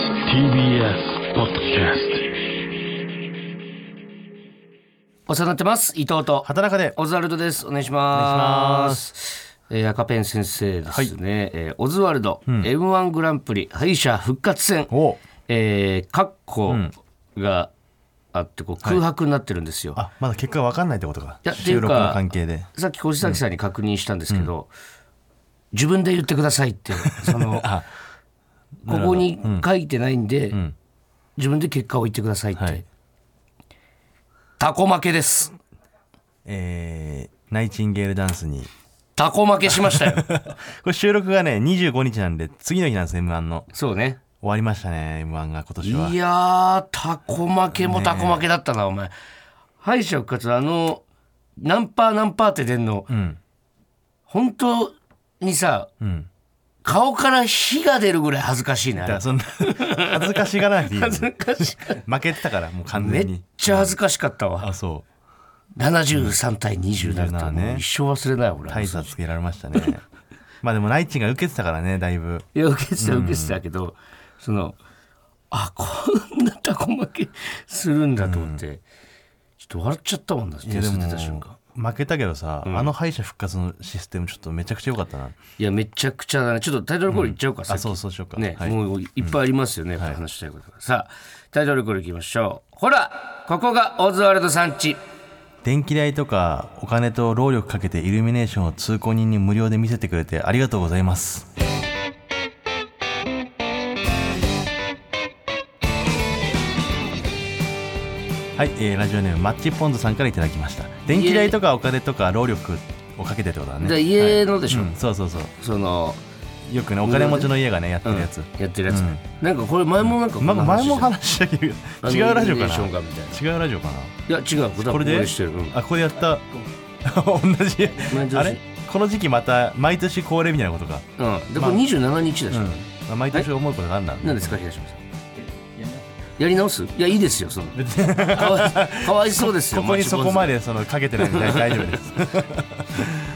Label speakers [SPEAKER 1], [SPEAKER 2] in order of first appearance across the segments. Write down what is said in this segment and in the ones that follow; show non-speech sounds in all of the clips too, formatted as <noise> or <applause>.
[SPEAKER 1] TBS ポッドキャス
[SPEAKER 2] お世話になってます伊藤と
[SPEAKER 3] 畑中で
[SPEAKER 2] オズワルドですお願いし
[SPEAKER 3] お願いし
[SPEAKER 2] ま
[SPEAKER 3] ます
[SPEAKER 2] えー赤ペン先生ですね、えーオズワルド、M1 グランプリ敗者復活戦
[SPEAKER 3] お
[SPEAKER 2] えー、括弧があってこう空白になってるんですよ、
[SPEAKER 3] あまだ結果わかんないってことか
[SPEAKER 2] いやっていうか
[SPEAKER 3] 収録の関係で
[SPEAKER 2] さっき越崎さんに確認したんですけど、自分で言ってくださいってその
[SPEAKER 3] <laughs> あ
[SPEAKER 2] ここに書いてないんで、自分で結果を言ってくださいって、
[SPEAKER 3] はい
[SPEAKER 2] タコ負けです
[SPEAKER 3] えー、ナイチンゲールダンスに
[SPEAKER 2] タコ負けしました
[SPEAKER 3] <laughs>
[SPEAKER 2] よ
[SPEAKER 3] これ収録がね25日なんで次の日なんです m 1の
[SPEAKER 2] そうね
[SPEAKER 3] 終わりましたね m 1が今年はい
[SPEAKER 2] やータコ負けもタコ負けだったな、お前敗者復活あの何パー何パーって出んの、
[SPEAKER 3] ん
[SPEAKER 2] 本当にさ、
[SPEAKER 3] ん
[SPEAKER 2] 顔から火が出るぐらい恥ずかしいねあれ
[SPEAKER 3] だからそんな恥ずかしがらなくていいよ
[SPEAKER 2] 恥ずかしい
[SPEAKER 3] 負けてたからもう完
[SPEAKER 2] め
[SPEAKER 3] 全
[SPEAKER 2] っ
[SPEAKER 3] に
[SPEAKER 2] ちゃ恥ずかしかったわ
[SPEAKER 3] あそ
[SPEAKER 2] 73対20だった
[SPEAKER 3] 27
[SPEAKER 2] もう
[SPEAKER 3] ね
[SPEAKER 2] 一生忘れない俺
[SPEAKER 3] う大差つけられましたねまあでもナイチンが受けてたからねだいぶ
[SPEAKER 2] いや受けてた受けてたけど、そのあこんなタコ負けするんだと思って、ちょっと笑っちゃったもんだ点数出た瞬間
[SPEAKER 3] 負けたけどさ、あの敗者復活のシステムちょっとめちゃくちゃ良かったない
[SPEAKER 2] やめちゃくちゃだねちょっとタイトルコールいっちゃおうか、さっ
[SPEAKER 3] あ
[SPEAKER 2] き
[SPEAKER 3] そうそうしようか
[SPEAKER 2] ね、
[SPEAKER 3] はい
[SPEAKER 2] もういっぱいありますよね、やっぱ話したいことが、さあタイトルコールいきましょうほらここがオズワルドさんち
[SPEAKER 3] 電気代とかお金と労力かけてイルミネーションを通行人に無料で見せてくれてありがとうございますはい、えーラジオネームマッチポンズさんからいただきました電気代とかお金とか労力をかけてってことだね
[SPEAKER 2] で家のでしょ、
[SPEAKER 3] うん、そうそうそう
[SPEAKER 2] その、
[SPEAKER 3] よくねお金持ちの家がねやって
[SPEAKER 2] うん
[SPEAKER 3] るやつ、
[SPEAKER 2] やってるやつ、ねなんかこれ前もなんかこん
[SPEAKER 3] ま
[SPEAKER 2] な話
[SPEAKER 3] 前
[SPEAKER 2] してた
[SPEAKER 3] も話したけど
[SPEAKER 2] あの
[SPEAKER 3] 違うラジオ
[SPEAKER 2] イルミネ
[SPEAKER 3] か
[SPEAKER 2] ーション
[SPEAKER 3] な
[SPEAKER 2] がみたいな
[SPEAKER 3] 違うラジオかない
[SPEAKER 2] や違うこれ
[SPEAKER 3] これで
[SPEAKER 2] してる、うん
[SPEAKER 3] あこれやった <laughs> 同じ
[SPEAKER 2] 毎年
[SPEAKER 3] あれこの時期また毎年恒例みたいなことか、
[SPEAKER 2] うん、でこれ27日でしょ、
[SPEAKER 3] うん、毎年思うことがあるんだ
[SPEAKER 2] 何ですか東山さんやり直すいやいいですよその
[SPEAKER 3] 別に
[SPEAKER 2] かわいかわいそうですよ
[SPEAKER 3] <laughs> ここにそこま
[SPEAKER 2] で、
[SPEAKER 3] でそのかけてな
[SPEAKER 2] <laughs>
[SPEAKER 3] いんで大丈夫で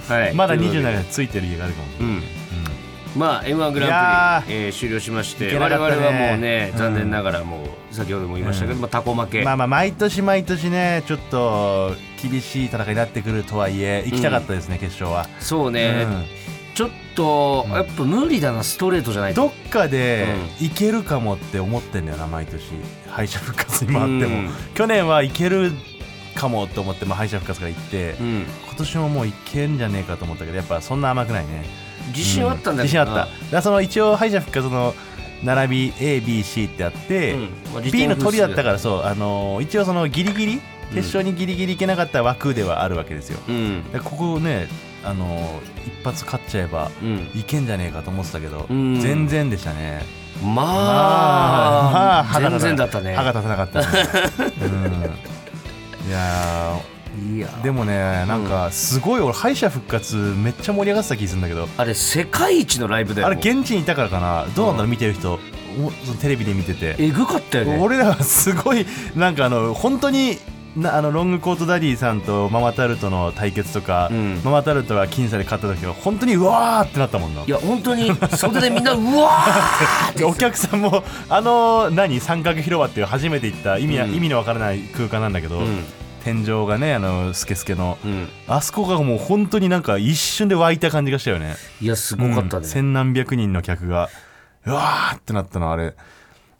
[SPEAKER 3] す
[SPEAKER 2] はい、
[SPEAKER 3] まだ
[SPEAKER 2] というわけで
[SPEAKER 3] 27ついてる家があるかも
[SPEAKER 2] うんまあ m 1グ
[SPEAKER 3] いや
[SPEAKER 2] ランプリ、えー終了しまして、
[SPEAKER 3] いけな
[SPEAKER 2] 我
[SPEAKER 3] かっ
[SPEAKER 2] 々
[SPEAKER 3] たね
[SPEAKER 2] はもうね
[SPEAKER 3] うん
[SPEAKER 2] 残念ながらもう先ほども言いましたけど、まあ、タコ負け、
[SPEAKER 3] まあまあ毎年毎年ねちょっと厳しい戦いになってくるとはいえ行きたかったですね、決勝は、
[SPEAKER 2] そうね、ちょっとやっぱ無理だなストレートじゃな
[SPEAKER 3] う
[SPEAKER 2] い
[SPEAKER 3] ん
[SPEAKER 2] と
[SPEAKER 3] どっかでいけるかもって思ってんだよな毎年敗者復活にもあっても、
[SPEAKER 2] うん
[SPEAKER 3] 去年はいけるかもと思って、まあ、敗者復活から行って、
[SPEAKER 2] うん、
[SPEAKER 3] 今年ももういけんじゃねえかと思ったけどやっぱそんな甘くないね
[SPEAKER 2] 自信はあったんだ
[SPEAKER 3] 自
[SPEAKER 2] け
[SPEAKER 3] 信
[SPEAKER 2] ど
[SPEAKER 3] あ
[SPEAKER 2] な、
[SPEAKER 3] っただからその一応敗者復活の並び ABC ってあって、
[SPEAKER 2] うんまあ
[SPEAKER 3] B の鳥だった
[SPEAKER 2] ら、
[SPEAKER 3] からそう、あのー一応そのギリギリ決勝にギリギリいけなかった枠ではあるわけですよ、
[SPEAKER 2] うん
[SPEAKER 3] でここをね、あのー一発勝っちゃえば
[SPEAKER 2] うん、
[SPEAKER 3] いけんじゃねえかと思ってたけど、
[SPEAKER 2] うん
[SPEAKER 3] 全然でしたね
[SPEAKER 2] ま
[SPEAKER 3] ま
[SPEAKER 2] あ、
[SPEAKER 3] 歯が
[SPEAKER 2] 全
[SPEAKER 3] 立
[SPEAKER 2] 然だ
[SPEAKER 3] た
[SPEAKER 2] ったね
[SPEAKER 3] 歯が立たなかったね、
[SPEAKER 2] <laughs>
[SPEAKER 3] うん、いやー
[SPEAKER 2] いや
[SPEAKER 3] でもねなんかすごい俺敗者復活めっちゃ盛り上がってた気するんだけど
[SPEAKER 2] あれ世界一のライブだよ
[SPEAKER 3] あれ現地にいたからかなどうなんだろう見てる人おそのテレビで見てて
[SPEAKER 2] えぐかったよね
[SPEAKER 3] 俺らはすごいなんかあの本当になあのロングコートダディさんとママタルトの対決とか、
[SPEAKER 2] うん
[SPEAKER 3] ママタルトが僅差で勝った時は本当にうわーってなったもんない
[SPEAKER 2] や本当に袖でみんなうわーって
[SPEAKER 3] <laughs> お客さんもあの何三角広場っていう初めて行った意味,、
[SPEAKER 2] うん
[SPEAKER 3] 意味のわからない空間なんだけど、
[SPEAKER 2] うん
[SPEAKER 3] 天井がねあのスケスケの、
[SPEAKER 2] うん
[SPEAKER 3] あそこがもう本当になんか一瞬で湧いた感じがしたよね
[SPEAKER 2] いやすごかった
[SPEAKER 3] うん
[SPEAKER 2] ね、
[SPEAKER 3] 千何百人の客がうわーってなったのあれ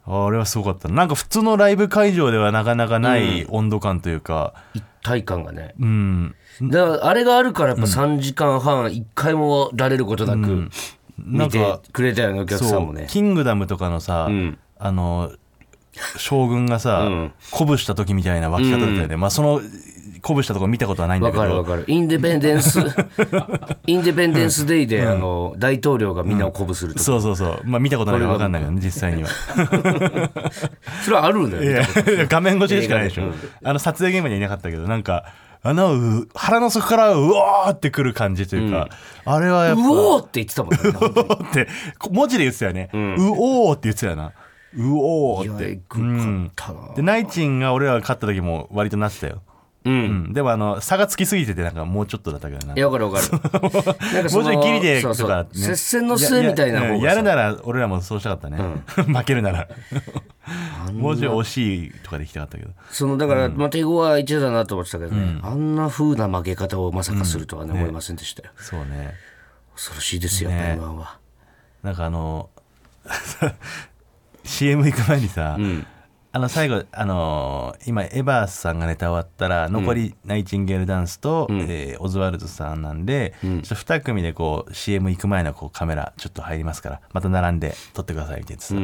[SPEAKER 3] あれはすごかったなんか普通のライブ会場ではなかなかない温度感というか
[SPEAKER 2] 一体感がね
[SPEAKER 3] うん、
[SPEAKER 2] だからあれがあるからやっぱ3時間半1回もられることなく見
[SPEAKER 3] なん
[SPEAKER 2] て
[SPEAKER 3] か
[SPEAKER 2] くれたよねお客さんも
[SPEAKER 3] そう
[SPEAKER 2] ね
[SPEAKER 3] キングダムとかのさ、
[SPEAKER 2] ん
[SPEAKER 3] あの将軍がさ、
[SPEAKER 2] うん
[SPEAKER 3] 鼓舞した時みたいな湧き方だったよね、まあその鼓舞したとこ見たことはないんだ
[SPEAKER 2] わ
[SPEAKER 3] けど
[SPEAKER 2] かるわかるインデペンデン
[SPEAKER 3] <laughs>
[SPEAKER 2] スインデペンデンスデイで、あの大統領がみんなを鼓舞するとか、
[SPEAKER 3] そうそうそうまあ見たことないから分かんないけどね実際には
[SPEAKER 2] それはあるんだよ
[SPEAKER 3] い
[SPEAKER 2] ね
[SPEAKER 3] や画面越しでしかないでし
[SPEAKER 2] 映
[SPEAKER 3] ょ、
[SPEAKER 2] 画で
[SPEAKER 3] あの撮影現場にはいなかったけどなんかあのう腹の底からうおーってくる感じというか、あれはやっ
[SPEAKER 2] う
[SPEAKER 3] ぱ
[SPEAKER 2] おーって言ってたもんね
[SPEAKER 3] <laughs> うおーってこ文字で言ってたよね、うおーって言ってたよなうお
[SPEAKER 2] い
[SPEAKER 3] ーっ
[SPEAKER 2] やえ
[SPEAKER 3] て
[SPEAKER 2] ぐかったな、
[SPEAKER 3] でナイチンが俺らが勝った時も割となってたよ
[SPEAKER 2] うん。
[SPEAKER 3] うんでもあの差がつきすぎててなんかもうちょっとだったけどない
[SPEAKER 2] や、わかるわかる。なん
[SPEAKER 3] <laughs>
[SPEAKER 2] かそ
[SPEAKER 3] も
[SPEAKER 2] の
[SPEAKER 3] うちょいギリで
[SPEAKER 2] そ
[SPEAKER 3] と
[SPEAKER 2] うそ
[SPEAKER 3] か
[SPEAKER 2] う
[SPEAKER 3] ね、
[SPEAKER 2] 接戦の末みたいな方が
[SPEAKER 3] や
[SPEAKER 2] さ
[SPEAKER 3] ややるなら俺らもそうしたかったね、 <laughs> 負けるならもうちょい惜しいとかできたかったけど
[SPEAKER 2] そのだから、まあ、手強は一だなと思ってたけどね、あんな風な負け方をまさかするとはね、思いませんでしたよ。
[SPEAKER 3] そうね
[SPEAKER 2] 恐ろしいですよ、やっぱり M1 は。
[SPEAKER 3] なんかあの CM 行く前にさ、あの最後あのー今エバースさんがネタ終わったら残りナイチンゲールダンスと、えーオズワルドさんなんで、ちょっと2組でこう CM 行く前のこうカメラちょっと入りますからまた並んで撮ってくださいみたいなさ、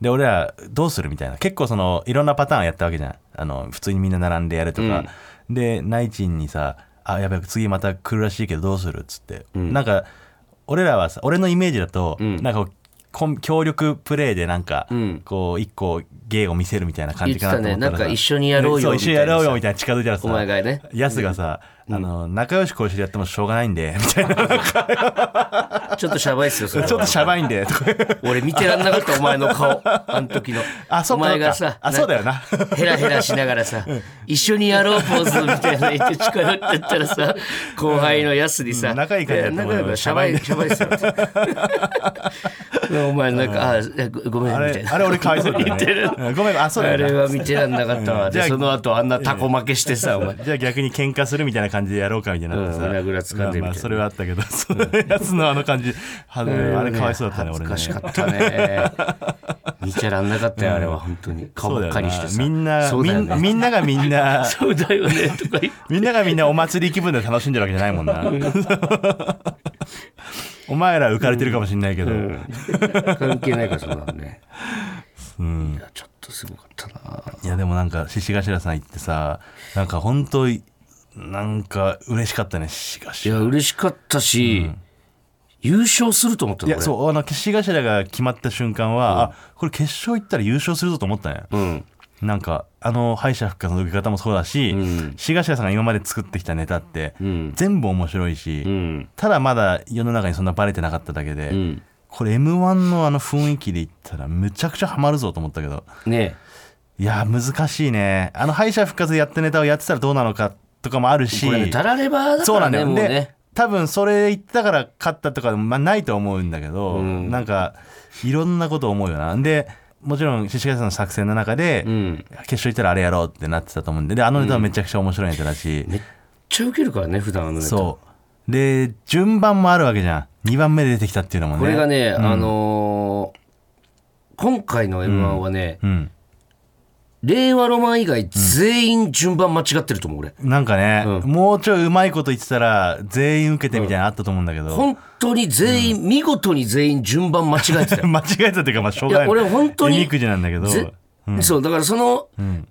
[SPEAKER 3] で俺らどうするみたいな結構そのいろんなパターンやったわけじゃんあの普通にみんな並んでやるとか、でナイチンにさ「あやべえ次また来るらしいけどどうする?」っつって、なんか俺らはさ俺のイメージだと、なんかこうコン協力プレーでなんか、こう一個芸を見せるみたいな感じかなと思った
[SPEAKER 2] 言っ
[SPEAKER 3] ら
[SPEAKER 2] てたね
[SPEAKER 3] さ
[SPEAKER 2] なんか一緒にやろうよ
[SPEAKER 3] そう
[SPEAKER 2] み
[SPEAKER 3] 一
[SPEAKER 2] たい
[SPEAKER 3] 緒に
[SPEAKER 2] なさ
[SPEAKER 3] やろうよみたいな近づいたらさ
[SPEAKER 2] お前がね
[SPEAKER 3] やすがさ、あの仲良しこうしてやってもしょうがないんでみたいなち
[SPEAKER 2] ちょっとシャバいっすよ、そ
[SPEAKER 3] ょ
[SPEAKER 2] れ
[SPEAKER 3] っ
[SPEAKER 2] は
[SPEAKER 3] としゃばいん
[SPEAKER 2] <laughs>
[SPEAKER 3] でとか
[SPEAKER 2] 俺見てらんなかった、お前の顔。あの時の。
[SPEAKER 3] <laughs> あそう
[SPEAKER 2] お
[SPEAKER 3] か
[SPEAKER 2] 前がさ、
[SPEAKER 3] あそうだよな
[SPEAKER 2] ヘラヘラしながらさ、一緒にやろうポーズみたいな言って近寄ってったらさ、後輩のやすにさ、
[SPEAKER 3] うん仲いい感じだったもん
[SPEAKER 2] 仲いいからシャバい、シャバいっすよ。お前なんか、あ、ごごめん
[SPEAKER 3] あ
[SPEAKER 2] みたい
[SPEAKER 3] れ
[SPEAKER 2] な。
[SPEAKER 3] あれ俺かわいそうだよ
[SPEAKER 2] 言って
[SPEAKER 3] ね
[SPEAKER 2] る
[SPEAKER 3] うんごめんあそうだ
[SPEAKER 2] あ
[SPEAKER 3] よ
[SPEAKER 2] れ
[SPEAKER 3] な
[SPEAKER 2] は見てらんなかったわ。
[SPEAKER 3] じゃ
[SPEAKER 2] で、
[SPEAKER 3] あ
[SPEAKER 2] その後あんなタコ負けしてさ、お前。
[SPEAKER 3] じゃあ逆に喧嘩するみたいな感じでやろうかみたいになってさ、
[SPEAKER 2] うん胸ぐらつかんでみたいな
[SPEAKER 3] まあまあそれはあったけどそのやつのあの感じあのあれかわいそうだったね俺ね
[SPEAKER 2] 恥ずかしかった
[SPEAKER 3] <laughs>
[SPEAKER 2] ね。見ちゃらんなかったよ、あれは、本当に。顔ばっかりしてさ。
[SPEAKER 3] みんな、
[SPEAKER 2] そう
[SPEAKER 3] み
[SPEAKER 2] だよ
[SPEAKER 3] ん
[SPEAKER 2] ね。
[SPEAKER 3] みんながみ
[SPEAKER 2] <laughs>
[SPEAKER 3] んな、
[SPEAKER 2] そうだよね、とか言って。
[SPEAKER 3] みんながみんなお祭り気分で楽しんでるわけじゃないもんな。お前ら浮かれてるかもしれないけど、
[SPEAKER 2] 関係ないから、そうだね。いや、ちょっとすごかったな。
[SPEAKER 3] いやでもなんか獅子頭さん行ってさなんか本当になんか嬉しかったね獅子
[SPEAKER 2] い
[SPEAKER 3] 頭
[SPEAKER 2] や、嬉しかったし、優勝すると思った
[SPEAKER 3] い
[SPEAKER 2] の
[SPEAKER 3] や
[SPEAKER 2] 俺
[SPEAKER 3] そうあの獅子頭が決まった瞬間は、あこれ決勝行ったら優勝するぞと思ったね、
[SPEAKER 2] うん。
[SPEAKER 3] なんかあの敗者復活の受け方もそうだし
[SPEAKER 2] ん
[SPEAKER 3] 獅子頭さんが今まで作ってきたネタって、
[SPEAKER 2] ん
[SPEAKER 3] 全部面白いし、
[SPEAKER 2] うん。
[SPEAKER 3] ただまだ世の中にそんなバレてなかっただけで、
[SPEAKER 2] うん。
[SPEAKER 3] これ m 1のあの雰囲気で言ったらむちゃくちゃハマるぞと思ったけど
[SPEAKER 2] ね
[SPEAKER 3] いやー難しいねあの敗者復活でやったネタをやってたらどうなのかとかもある
[SPEAKER 2] え
[SPEAKER 3] し
[SPEAKER 2] これね、タラレバだか
[SPEAKER 3] そう
[SPEAKER 2] ら
[SPEAKER 3] なんだ
[SPEAKER 2] ね、
[SPEAKER 3] よ、
[SPEAKER 2] もう
[SPEAKER 3] で
[SPEAKER 2] ね。
[SPEAKER 3] 多分それ言ったから勝ったとか、まあ、ないと思うんだけど、
[SPEAKER 2] ん
[SPEAKER 3] なんかいろんなこと思うよなでもちろん獅子頭さんの作戦の中で、
[SPEAKER 2] うん。
[SPEAKER 3] 決勝行ったらあれやろうってなってたと思うんでであのネタはめちゃくちゃ面白いネタだし、
[SPEAKER 2] めっちゃウケるからね、普段あのネタ。
[SPEAKER 3] そうで順番もあるわけじゃん2番目で出てきたっていうのもね
[SPEAKER 2] これがね、あのー今回の M1 はね、
[SPEAKER 3] うん
[SPEAKER 2] 令和ロマン以外全員順番間違ってると思う、俺。
[SPEAKER 3] なんかね、
[SPEAKER 2] う
[SPEAKER 3] もうちょいうまいこと言ってたら全員受けてみたいなのあったと思うんだけど、
[SPEAKER 2] 本当に全員、見事に全員順番間違えてたよ
[SPEAKER 3] <laughs> 間違えたっていうかまあしょうがない
[SPEAKER 2] いや俺本当に
[SPEAKER 3] えみくじなんだけど
[SPEAKER 2] ぜそう、だからその、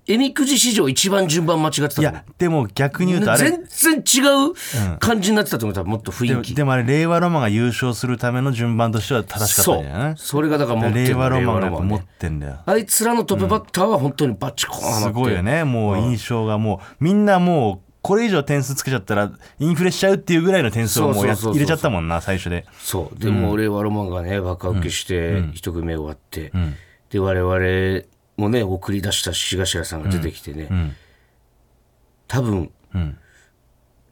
[SPEAKER 2] えみくじ史上一番順番間違ってたと
[SPEAKER 3] い
[SPEAKER 2] 思う
[SPEAKER 3] やでも逆に言うとあれ
[SPEAKER 2] 全然違う感じになってたと思う、多分もっと
[SPEAKER 3] で
[SPEAKER 2] 雰
[SPEAKER 3] も
[SPEAKER 2] 囲気。
[SPEAKER 3] でもあれ令和ロマンが優勝するための順番としては正しかった
[SPEAKER 2] そ
[SPEAKER 3] んじゃな
[SPEAKER 2] う
[SPEAKER 3] い。
[SPEAKER 2] それがだから持ってる
[SPEAKER 3] 令和ロマンがや
[SPEAKER 2] 令
[SPEAKER 3] っぱ
[SPEAKER 2] 和
[SPEAKER 3] 持
[SPEAKER 2] ね
[SPEAKER 3] ってんだよ
[SPEAKER 2] あいつらのトップバッターは本当にバチコーンはますって
[SPEAKER 3] ごいよねもう印象がもうみんなもうこれ以上点数つけちゃったらインフレしちゃうっていうぐらいの点数をも
[SPEAKER 2] そう
[SPEAKER 3] うや
[SPEAKER 2] そうそうそう
[SPEAKER 3] 入れちゃったもんな最初で
[SPEAKER 2] そう。でも、令和ロマンがね、バカ受けして、一組目終わって、で、我々もね、送り出した志頭さんが出てきてね、
[SPEAKER 3] ん
[SPEAKER 2] 多分、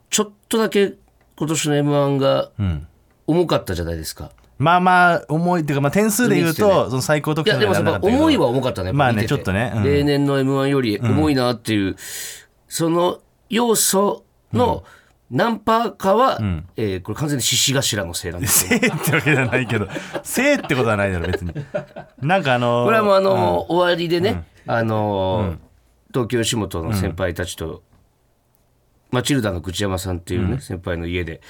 [SPEAKER 2] ちょっとだけ今年の m 1が重かったじゃないですか。
[SPEAKER 3] まあまあ重いっていうかまあ点数で言う
[SPEAKER 2] 見て
[SPEAKER 3] とその最高得
[SPEAKER 2] いや、
[SPEAKER 3] 点
[SPEAKER 2] でも
[SPEAKER 3] は
[SPEAKER 2] や
[SPEAKER 3] な
[SPEAKER 2] っ
[SPEAKER 3] らなか
[SPEAKER 2] ぱ
[SPEAKER 3] ったけど
[SPEAKER 2] 重い
[SPEAKER 3] <laughs>
[SPEAKER 2] は重かったね、やっぱ
[SPEAKER 3] まあ
[SPEAKER 2] 見
[SPEAKER 3] ね
[SPEAKER 2] てて
[SPEAKER 3] ちょっとねうん
[SPEAKER 2] 例年の m 1より重いなっていう、その要素の何パーかは、えーこれ完全に獅子頭のせいなんですよ。
[SPEAKER 3] 性ってわけじゃないけど性ってことはないだろ別になんかあの
[SPEAKER 2] これはもうあの、終わりでね、あのー東京吉本の先輩たちと、マチルダの口山さんっていうね、先輩の家で、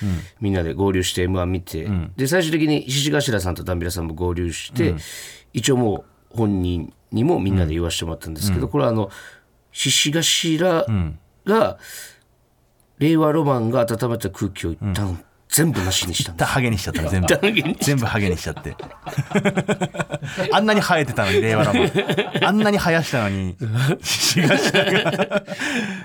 [SPEAKER 2] みんなで合流して m 1見て、で最終的に獅子頭さんとダンビラさんも合流して、一応もう本人にもみんなで言わせてもらったんですけど、これはあの獅子頭が、令和ロマンが温めた空気を一旦全部なしにした <laughs> んで
[SPEAKER 3] だハゲにしちゃったの全部
[SPEAKER 2] ハゲにし
[SPEAKER 3] 全部ハゲにしちゃってあんなに生えてたのに令和ロマンあんなに生やしたのにシワシワが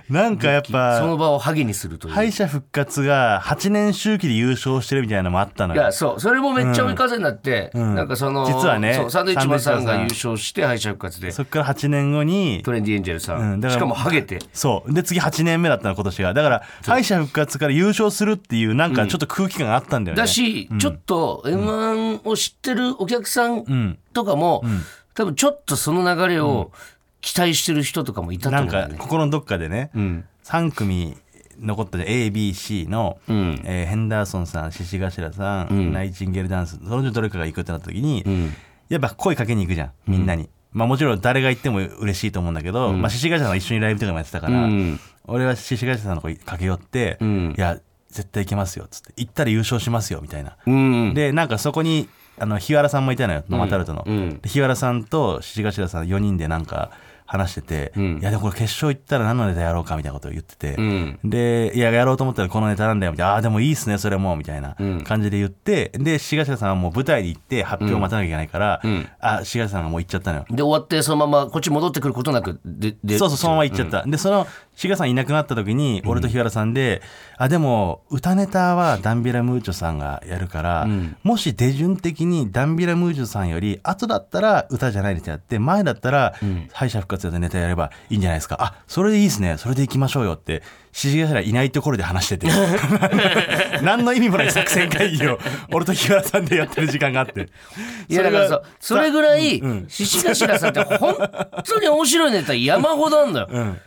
[SPEAKER 3] なんかやっ
[SPEAKER 2] すその
[SPEAKER 3] ぱ
[SPEAKER 2] 場をハゲにするという、
[SPEAKER 3] 敗
[SPEAKER 2] い、
[SPEAKER 3] 者復活が8年周期で優勝してるみたいなのもあったのよ
[SPEAKER 2] やそうそれもめっちゃ追い風になって、
[SPEAKER 3] ん
[SPEAKER 2] なんかその
[SPEAKER 3] 実はね
[SPEAKER 2] そうサンドイッチマンさんが
[SPEAKER 3] サ
[SPEAKER 2] 優
[SPEAKER 3] ンドイッチ
[SPEAKER 2] 勝して敗者復活で
[SPEAKER 3] そっから8年後に
[SPEAKER 2] トレンディエンジェルさん、
[SPEAKER 3] うんだか
[SPEAKER 2] し
[SPEAKER 3] ら
[SPEAKER 2] かもハゲて
[SPEAKER 3] そうで次8年目だったの今年がだから敗者復活から優勝するっていうなんかちょっと空気感があったんだよね、
[SPEAKER 2] だし、ちょっと m 1を知ってるお客さんとかも、多分ちょっとその流れを期待してる人とかもいたと思
[SPEAKER 3] な
[SPEAKER 2] うんんだ
[SPEAKER 3] か
[SPEAKER 2] よね。
[SPEAKER 3] 心のどっかでね、
[SPEAKER 2] ん
[SPEAKER 3] 3組残ったじゃん ABC の、
[SPEAKER 2] ん
[SPEAKER 3] えーヘンダーソンさん獅子頭さん、ナイチンゲールダンスそのうちのどれかが行くってなった時に、やっぱ声かけに行くじゃんみんなに、まあ、もちろん誰が行っても嬉しいと思うんだけど、まあ、獅子頭さんが一緒にライブとかもやってたから、
[SPEAKER 2] うん
[SPEAKER 3] 俺は獅子頭さんの声かけ寄って、
[SPEAKER 2] ん
[SPEAKER 3] いや絶対行けますよっつって行ったら優勝しますよみたいな、
[SPEAKER 2] うん。
[SPEAKER 3] でなんかそこにあの日原さんもいたのよノマタルトの、
[SPEAKER 2] うん
[SPEAKER 3] で日原さんと獅子頭さん4人でなんか話してて、いやでもこれ決勝行ったら何のネタやろうかみたいなことを言ってて、
[SPEAKER 2] うん。
[SPEAKER 3] でいややろうと思ったらこのネタなんだよみたいなああーでもいいっすねそれもみたいな感じで言ってで獅子頭さんはもう舞台に行って発表を待たなきゃいけないから、あ獅子頭さんがもう行っちゃったのよ
[SPEAKER 2] で、終わって、そのまま、こっち戻ってくることなく、で、で、
[SPEAKER 3] そうそう、そのまま行っちゃった。で、その、志賀さんいなくなった時に、俺と日原さんで、あ、でも、歌ネタはダンビラムーチョさんがやるから、もし手順的にダンビラムーチョさんより、後だったら歌じゃないネタやって、前だったら、敗者復活でネタやればいいんじゃないですか。あ、それでいいですね。それで行きましょうよって、志賀さんがいないところで話して <laughs> て。何の意味もない作戦会議を、俺と日原さんでやってる時間があって。
[SPEAKER 2] いや、だからさ、それぐらい
[SPEAKER 3] うん、
[SPEAKER 2] 獅子頭さんって本当に面白いネタ山ほどあんのよ。
[SPEAKER 3] うん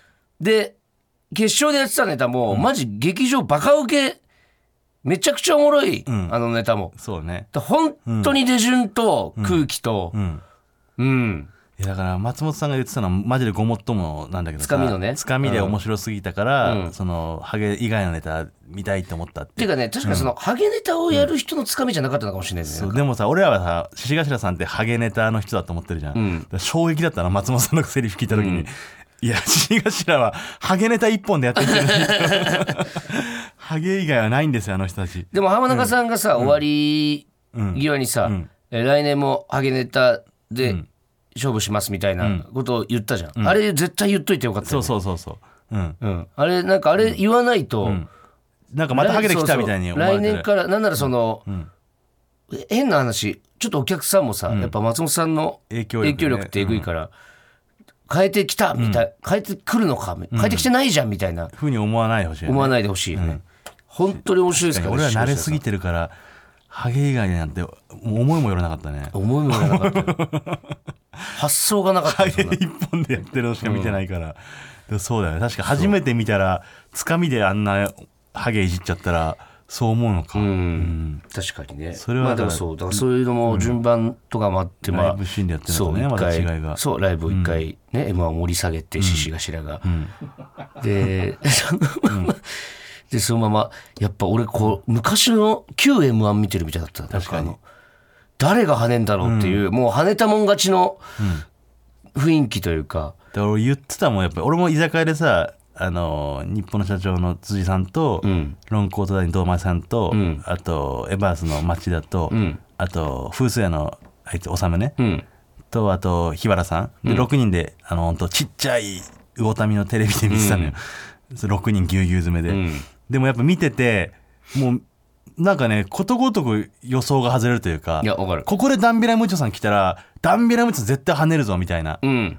[SPEAKER 2] で、決勝でやってたネタも、マジ劇場バカウケ、めちゃくちゃおもろい、
[SPEAKER 3] ん
[SPEAKER 2] あのネタも。
[SPEAKER 3] そうね。
[SPEAKER 2] だから本当に手順と空気と
[SPEAKER 3] う、ん。
[SPEAKER 2] うん。
[SPEAKER 3] いやだから松本さんが言ってたのはマジでごもっともなんだけどさ
[SPEAKER 2] つかみのね
[SPEAKER 3] つかみで面白すぎたから、
[SPEAKER 2] うん
[SPEAKER 3] そのハゲ以外のネタ見たいと思ったっ
[SPEAKER 2] って
[SPEAKER 3] て
[SPEAKER 2] いうかね、確かその、ハゲネタをやる人のつかみじゃなかったのかもしれないです
[SPEAKER 3] そ
[SPEAKER 2] ね。
[SPEAKER 3] うでもさ俺らはさ獅子頭さんってハゲネタの人だと思ってるじゃん、
[SPEAKER 2] ん
[SPEAKER 3] だから衝撃だったな松本さんのセリフ聞いた時に、いや獅子頭はハゲネタ一本でやってきて
[SPEAKER 2] <laughs>
[SPEAKER 3] るハゲ以外はないんですよあの人たち
[SPEAKER 2] でも浜中さんがさ、終わり
[SPEAKER 3] うん
[SPEAKER 2] 際にさ、えー来年もハゲネタで勝負しますみたいなことを言ったじゃん。あれ絶対言っといてよかった
[SPEAKER 3] そ
[SPEAKER 2] よ
[SPEAKER 3] う
[SPEAKER 2] ね
[SPEAKER 3] そうそうそううん
[SPEAKER 2] うんあれ、なんかあれ言わないと、
[SPEAKER 3] なんかまたハゲてきたみたいに
[SPEAKER 2] そう
[SPEAKER 3] 思
[SPEAKER 2] そう来
[SPEAKER 3] われてる
[SPEAKER 2] 年から、なんならその、え変な話、ちょっとお客さんもさ、やっぱ松本さんの
[SPEAKER 3] 影響力ね
[SPEAKER 2] ってえぐいから、変えてきたみたい、変えてくるのか、変えてきてないじゃんみたいな。
[SPEAKER 3] ふうに思わないでほしいよね
[SPEAKER 2] 思わないでほしいよね、本当に面白いですから、ね、
[SPEAKER 3] 俺ら慣れすぎてるからハゲ以外なんてもう思いもよらなかったね
[SPEAKER 2] 思いもよらなかった
[SPEAKER 3] <laughs>
[SPEAKER 2] よ発想がなかった
[SPEAKER 3] ハ
[SPEAKER 2] よそ
[SPEAKER 3] ゲ
[SPEAKER 2] んな
[SPEAKER 3] 一本でやってるのしか見てないから、だからそうだよね確か初めて見たらつかみであんなハゲいじっちゃったらそう思うのか、
[SPEAKER 2] うん、確かにね
[SPEAKER 3] それは
[SPEAKER 2] まあ
[SPEAKER 3] だ
[SPEAKER 2] で
[SPEAKER 3] から
[SPEAKER 2] もそうだからそういうのも順番とかもあって、まあ
[SPEAKER 3] ライブシーンでやってるの
[SPEAKER 2] そ
[SPEAKER 3] と
[SPEAKER 2] う
[SPEAKER 3] ね
[SPEAKER 2] 一
[SPEAKER 3] また
[SPEAKER 2] 回
[SPEAKER 3] 違いが
[SPEAKER 2] そうライブを一回ね、M1 を盛り下げて獅子頭が、で
[SPEAKER 3] <laughs>
[SPEAKER 2] そのまま、でそのままやっぱ俺こう昔の旧 M1 見てるみたいだった確
[SPEAKER 3] かに
[SPEAKER 2] 誰が跳ねんだろうっていう、もう跳ねたもん勝ちの雰囲気というか、
[SPEAKER 3] だから俺言ってたもんやっぱり俺も居酒屋でさあのー日本の社長の辻さんと、
[SPEAKER 2] ん
[SPEAKER 3] ロングコートダディの堂前さんと、
[SPEAKER 2] ん
[SPEAKER 3] あとエバースの町田と、
[SPEAKER 2] ん
[SPEAKER 3] あと風水屋のあいつ修ね、
[SPEAKER 2] うん、
[SPEAKER 3] とあと日原さんで6人で、あのほんとちっちゃい魚民のテレビで見てたのよ、6人ぎゅうぎゅう詰めで、
[SPEAKER 2] ん
[SPEAKER 3] でもやっぱ見ててもうなんかねことごとく予想が外れるというか
[SPEAKER 2] いやわかる
[SPEAKER 3] ここでダンビラムーチョさん来たらダンビラムーチョ絶対跳ねるぞみたいな
[SPEAKER 2] うん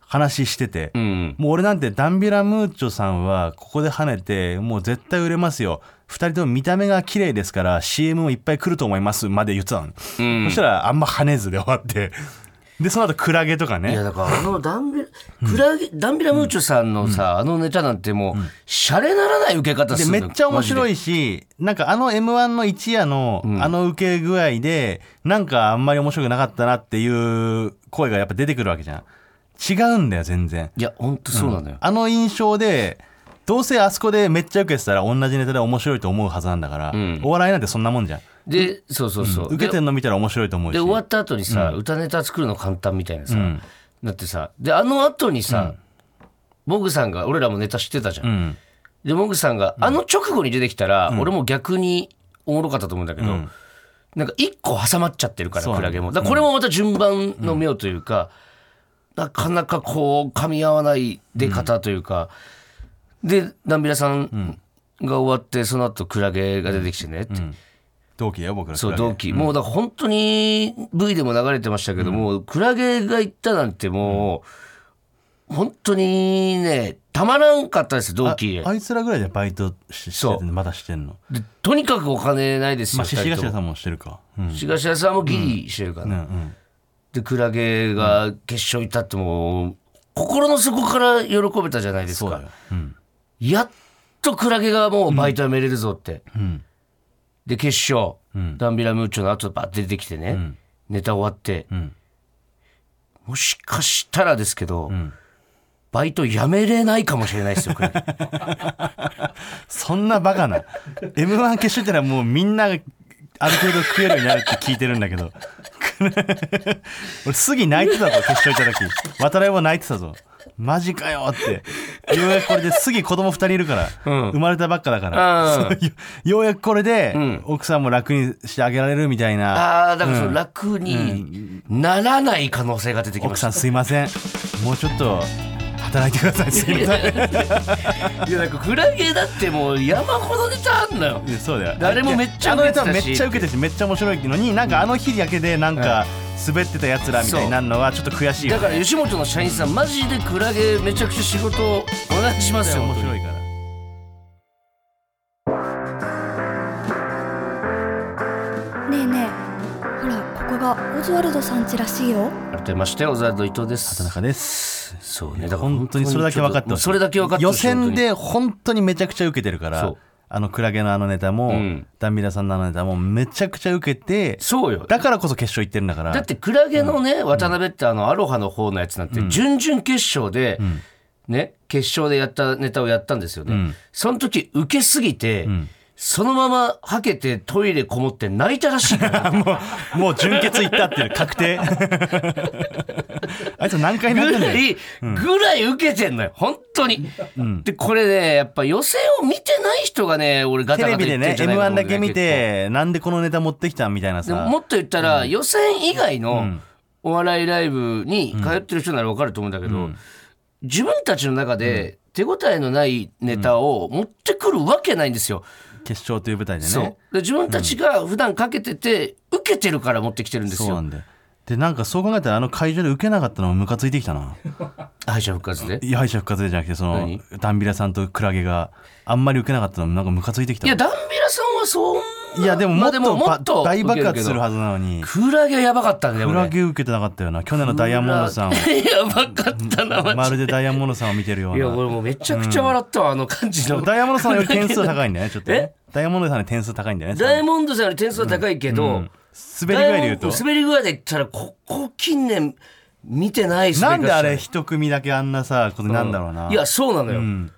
[SPEAKER 3] 話してて、
[SPEAKER 2] うん
[SPEAKER 3] もう俺なんてダンビラムーチョさんはここで跳ねてもう絶対売れますよ2人とも見た目が綺麗ですから CM もいっぱい来ると思いますまで言ってたの、そしたらあんま跳ねずで終わってでその後クラゲと
[SPEAKER 2] い
[SPEAKER 3] か
[SPEAKER 2] や
[SPEAKER 3] ね
[SPEAKER 2] だからあのダンビラ、クラゲダンビラムーチョさんのさ、あのネタなんてもう、シャレならない受け方す
[SPEAKER 3] で
[SPEAKER 2] るの
[SPEAKER 3] めっちゃ面白
[SPEAKER 2] マジ
[SPEAKER 3] いしなんかあの m 1の一夜のあの受け具合でなんかあんまり面白くなかったなっていう声がやっぱ出てくるわけじゃん違うんだよ全然
[SPEAKER 2] でいや本当そうなのよ、
[SPEAKER 3] あの印象でどうせあそこでめっちゃ受けてたら同じネタで面白いと思うはずなんだから、お笑いなんてそんなもんじゃん
[SPEAKER 2] でそうそうそう、
[SPEAKER 3] 受けて
[SPEAKER 2] で
[SPEAKER 3] んの見たら面白いと思うし
[SPEAKER 2] で終わった後にさ、歌ネタ作るの簡単みたいなさ、だってさであの後にさ、モグさんが俺らもネタ知ってたじゃん、
[SPEAKER 3] うん
[SPEAKER 2] でモグさんがあの直後に出てきたら、俺も逆におもろかったと思うんだけど、なんか一個挟まっちゃってるか
[SPEAKER 3] そう
[SPEAKER 2] ら
[SPEAKER 3] な
[SPEAKER 2] ク
[SPEAKER 3] んだ
[SPEAKER 2] ラゲもだからこれもまた順番の妙というか、なかなかこう噛み合わない出方というか、でダンビラさんが終わってその後クラゲが出てきてねって、
[SPEAKER 3] 同期だよ僕ら
[SPEAKER 2] そう
[SPEAKER 3] クラゲ
[SPEAKER 2] 同期、もうだから本当に V でも流れてましたけども、クラゲが行ったなんてもう、本当にねたまらんかったです同期
[SPEAKER 3] ああいつらぐらいでバイトししててまだしてんの
[SPEAKER 2] でとにかくお金ないですよ、
[SPEAKER 3] まあ獅子
[SPEAKER 2] 二人
[SPEAKER 3] 頭
[SPEAKER 2] とも
[SPEAKER 3] さんもしてるかうん
[SPEAKER 2] 志頭さんもギリしてるから、
[SPEAKER 3] うんうん
[SPEAKER 2] でクラゲが決勝行ったってもう心の底から喜べたじゃないです
[SPEAKER 3] そうだ
[SPEAKER 2] か
[SPEAKER 3] ようん
[SPEAKER 2] やっとクラゲがもうバイト辞めれるぞって、
[SPEAKER 3] ん
[SPEAKER 2] で決勝、ダンビラムーチョの後バッて出てきてね、ネタ終わって、
[SPEAKER 3] ん
[SPEAKER 2] もしかしたらですけど、バイト辞めれないかもしれないですよクラゲ
[SPEAKER 3] そんなバカな <laughs> m 1決勝ってのはもうみんなある程度食えるようになるって聞いてるんだけど <laughs> 俺杉泣いてたぞ決勝行った時渡辺も泣いてたぞマジかよってようやくこれで杉子供2人いるから、生まれたばっかだから、
[SPEAKER 2] うん
[SPEAKER 3] そうよ <laughs> ようやくこれで、奥さんも楽にしてあげられるみたいな
[SPEAKER 2] ああだからその楽にならない可能性が出てきま
[SPEAKER 3] 奥
[SPEAKER 2] し
[SPEAKER 3] さ
[SPEAKER 2] た、
[SPEAKER 3] んすいませんもうちょっと働いてくださいすいません
[SPEAKER 2] いやなんかクラゲだってもう山ほどネタあんのよ
[SPEAKER 3] いやそうだよ
[SPEAKER 2] 誰もめっちゃ
[SPEAKER 3] あの
[SPEAKER 2] 受け
[SPEAKER 3] ネ
[SPEAKER 2] て
[SPEAKER 3] タ
[SPEAKER 2] たし
[SPEAKER 3] めっちゃ受けてるしめっちゃ面白いのになんかあの日だけでなんか滑ってたやつらみたいになるのはちょっと悔しいよ
[SPEAKER 2] だ
[SPEAKER 3] ね
[SPEAKER 2] から吉本の社員さんマジでクラゲめちゃくちゃ仕事お願いしますよ
[SPEAKER 3] 面白いから
[SPEAKER 4] ねえねえほらここがオズワルドさん家らしいよ
[SPEAKER 2] 改めまして小沢と伊藤で
[SPEAKER 3] 田
[SPEAKER 2] す
[SPEAKER 3] 中です
[SPEAKER 2] そうねだから
[SPEAKER 3] 本当にそれだけ分かって
[SPEAKER 2] も
[SPEAKER 3] ほ
[SPEAKER 2] う
[SPEAKER 3] しい
[SPEAKER 2] それだけ分かって
[SPEAKER 3] 予
[SPEAKER 2] ほしい
[SPEAKER 3] 選で本当にめちゃくちゃ受けてるか
[SPEAKER 2] そ
[SPEAKER 3] ら
[SPEAKER 2] う
[SPEAKER 3] あのクラゲのあのネタも、
[SPEAKER 2] うん
[SPEAKER 3] ダンビラさんのあのネタもめちゃくちゃ受けて
[SPEAKER 2] そうよだ
[SPEAKER 3] だからこそ決勝行ってるんだから
[SPEAKER 2] ってクラゲのね渡辺ってあのアロハの方のやつなんて準々決勝でね決勝でやったネタをやったんですよねその時受けすぎてそのままはけてトイレこもって泣いたらしいから
[SPEAKER 3] もう純潔行ったっていう
[SPEAKER 2] <laughs>
[SPEAKER 3] 確定あいつ何回 <laughs> 泣い
[SPEAKER 2] ぐ
[SPEAKER 3] てんだ
[SPEAKER 2] ら
[SPEAKER 3] よ
[SPEAKER 2] い、ぐらい受けてんのよ、本当に。で、これね、やっぱ予選を見てない人がね、俺ガ
[SPEAKER 3] テ
[SPEAKER 2] タ
[SPEAKER 3] レ
[SPEAKER 2] ガタ
[SPEAKER 3] ビ
[SPEAKER 2] 言
[SPEAKER 3] で
[SPEAKER 2] ってん
[SPEAKER 3] ね
[SPEAKER 2] じゃない
[SPEAKER 3] m
[SPEAKER 2] か
[SPEAKER 3] 1
[SPEAKER 2] な
[SPEAKER 3] だけ見。てなんでこのネタ持ってきたみたいな
[SPEAKER 2] 俺結構で
[SPEAKER 3] さ
[SPEAKER 2] ももっと言ったら、予選以外のお笑いライブに通ってる人ならわかると思うんだけど、自分たちの中で手応えのないネタを持ってくるわけないんですよ。
[SPEAKER 3] 決勝という舞台でね
[SPEAKER 2] そう。で、自分たちが普段かけてて、受けてるから持ってきてるんです
[SPEAKER 3] そうな
[SPEAKER 2] よ。
[SPEAKER 3] んだよでなんかそう考えたらあの会場で受けなかったのもムカついてきたな
[SPEAKER 2] 敗者復活で。
[SPEAKER 3] いや敗者復活でじゃなくてその
[SPEAKER 2] 何
[SPEAKER 3] ダンビラさんとクラゲがあんまり受けなかったのもなんかムカついてきた
[SPEAKER 2] いや、ダンビラさんはそんな。
[SPEAKER 3] いやでももっと,ば、
[SPEAKER 2] まあでも
[SPEAKER 3] 大
[SPEAKER 2] 受
[SPEAKER 3] 爆
[SPEAKER 2] け
[SPEAKER 3] 発
[SPEAKER 2] る
[SPEAKER 3] す
[SPEAKER 2] けど
[SPEAKER 3] るはずなのに
[SPEAKER 2] クラゲはやばかったね、でも
[SPEAKER 3] クラ
[SPEAKER 2] ね。
[SPEAKER 3] ゲ受けてなかったよな去年のダイヤモンドさんを
[SPEAKER 2] <laughs> やばかったな、マ
[SPEAKER 3] ま
[SPEAKER 2] ジ
[SPEAKER 3] るでダイヤモンドさんを見てるよう
[SPEAKER 2] で。いや、
[SPEAKER 3] な
[SPEAKER 2] 俺もうめちゃくちゃ笑ったわ、あの感じの。
[SPEAKER 3] ダイヤモンドさんより点数
[SPEAKER 2] い。
[SPEAKER 3] 高いんだよねちょっとね
[SPEAKER 2] え
[SPEAKER 3] ダイヤモンドさんより点数高いんだよね
[SPEAKER 2] ダイヤモンドさんより点数は高いけど、
[SPEAKER 3] 滑り具合で言うと
[SPEAKER 2] ダイヤモンド滑り具合で言ったら、ここ近年見てない滑
[SPEAKER 3] な
[SPEAKER 2] り方
[SPEAKER 3] んで
[SPEAKER 2] した
[SPEAKER 3] あれ一組だけあんなさことになんだろうな、
[SPEAKER 2] いや、そうなのよ。
[SPEAKER 3] ん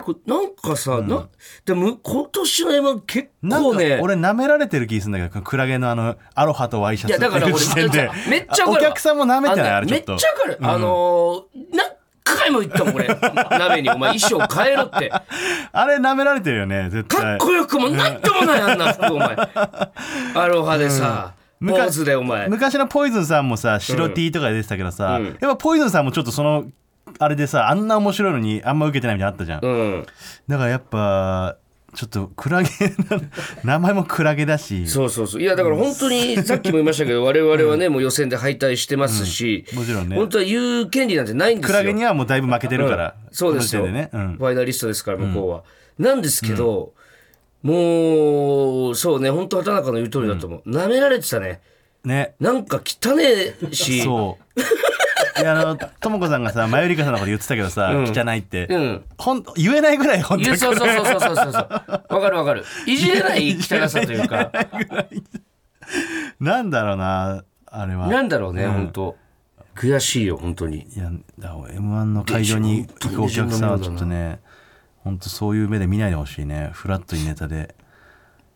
[SPEAKER 2] これなんかさ、なでも今年の M 結
[SPEAKER 3] なんか
[SPEAKER 2] 構ね、
[SPEAKER 3] 俺舐められてる気するんだけどクラゲのあのアロハとワイシャ
[SPEAKER 2] い
[SPEAKER 3] ツ
[SPEAKER 2] やだから俺
[SPEAKER 3] 着てる時点で
[SPEAKER 2] めっちゃ
[SPEAKER 3] あ
[SPEAKER 2] 怒
[SPEAKER 3] お
[SPEAKER 2] るわ
[SPEAKER 3] 客さんも舐めてないあれちょっと
[SPEAKER 2] めっちゃ怒る、あのー何回も言ったもん俺 <laughs> 鍋にお前衣装変えろ
[SPEAKER 3] <laughs>
[SPEAKER 2] って
[SPEAKER 3] あれ舐められてるよね絶
[SPEAKER 2] かっ
[SPEAKER 3] 対
[SPEAKER 2] こよくもなんともないあんな服お前アロハでさ、ポーズでお前
[SPEAKER 3] 昔のポイズンさんもさ白 T とかで出てたけどさ、やっぱポイズンさんもちょっとそのあれでさあんな面白いのにあんま受けてないみたいなのあったじゃん、
[SPEAKER 2] うん
[SPEAKER 3] だからやっぱちょっとクラゲ <laughs> 名前もクラゲだし
[SPEAKER 2] そうそうそういやだから本当にさっきも言いましたけ
[SPEAKER 3] <laughs>
[SPEAKER 2] ど我々はねもう予選で敗退してますし、
[SPEAKER 3] うんもちろんね
[SPEAKER 2] 本当は言う権利なんてないんです
[SPEAKER 3] ク
[SPEAKER 2] よ
[SPEAKER 3] ラゲにはもうだいぶ負けてるから、
[SPEAKER 2] そうですよ、
[SPEAKER 3] この時点でね、うん
[SPEAKER 2] ファイナリストですから向こうは、なんですけど、もうそうね本当畑中の言う通りだと思うな、舐められてたね
[SPEAKER 3] ね
[SPEAKER 2] なんか汚ねえし <laughs>
[SPEAKER 3] そう。いやあのともこさんがさマユリカさんのこと言ってたけどさ、汚いって、
[SPEAKER 2] うん
[SPEAKER 3] ほん言えないぐらい本
[SPEAKER 2] い
[SPEAKER 3] 当
[SPEAKER 2] や
[SPEAKER 3] に
[SPEAKER 2] そうそうそうそうそうそうそうわかるわかるいじれない汚さという
[SPEAKER 3] <laughs>
[SPEAKER 2] か
[SPEAKER 3] なんだろうなあれは
[SPEAKER 2] なんだろうね、本当悔しいよ本当に
[SPEAKER 3] いやだ m 1の会場に行くお客さんはちょっとね本当そういう目で見ないでほしいねフラットにネタで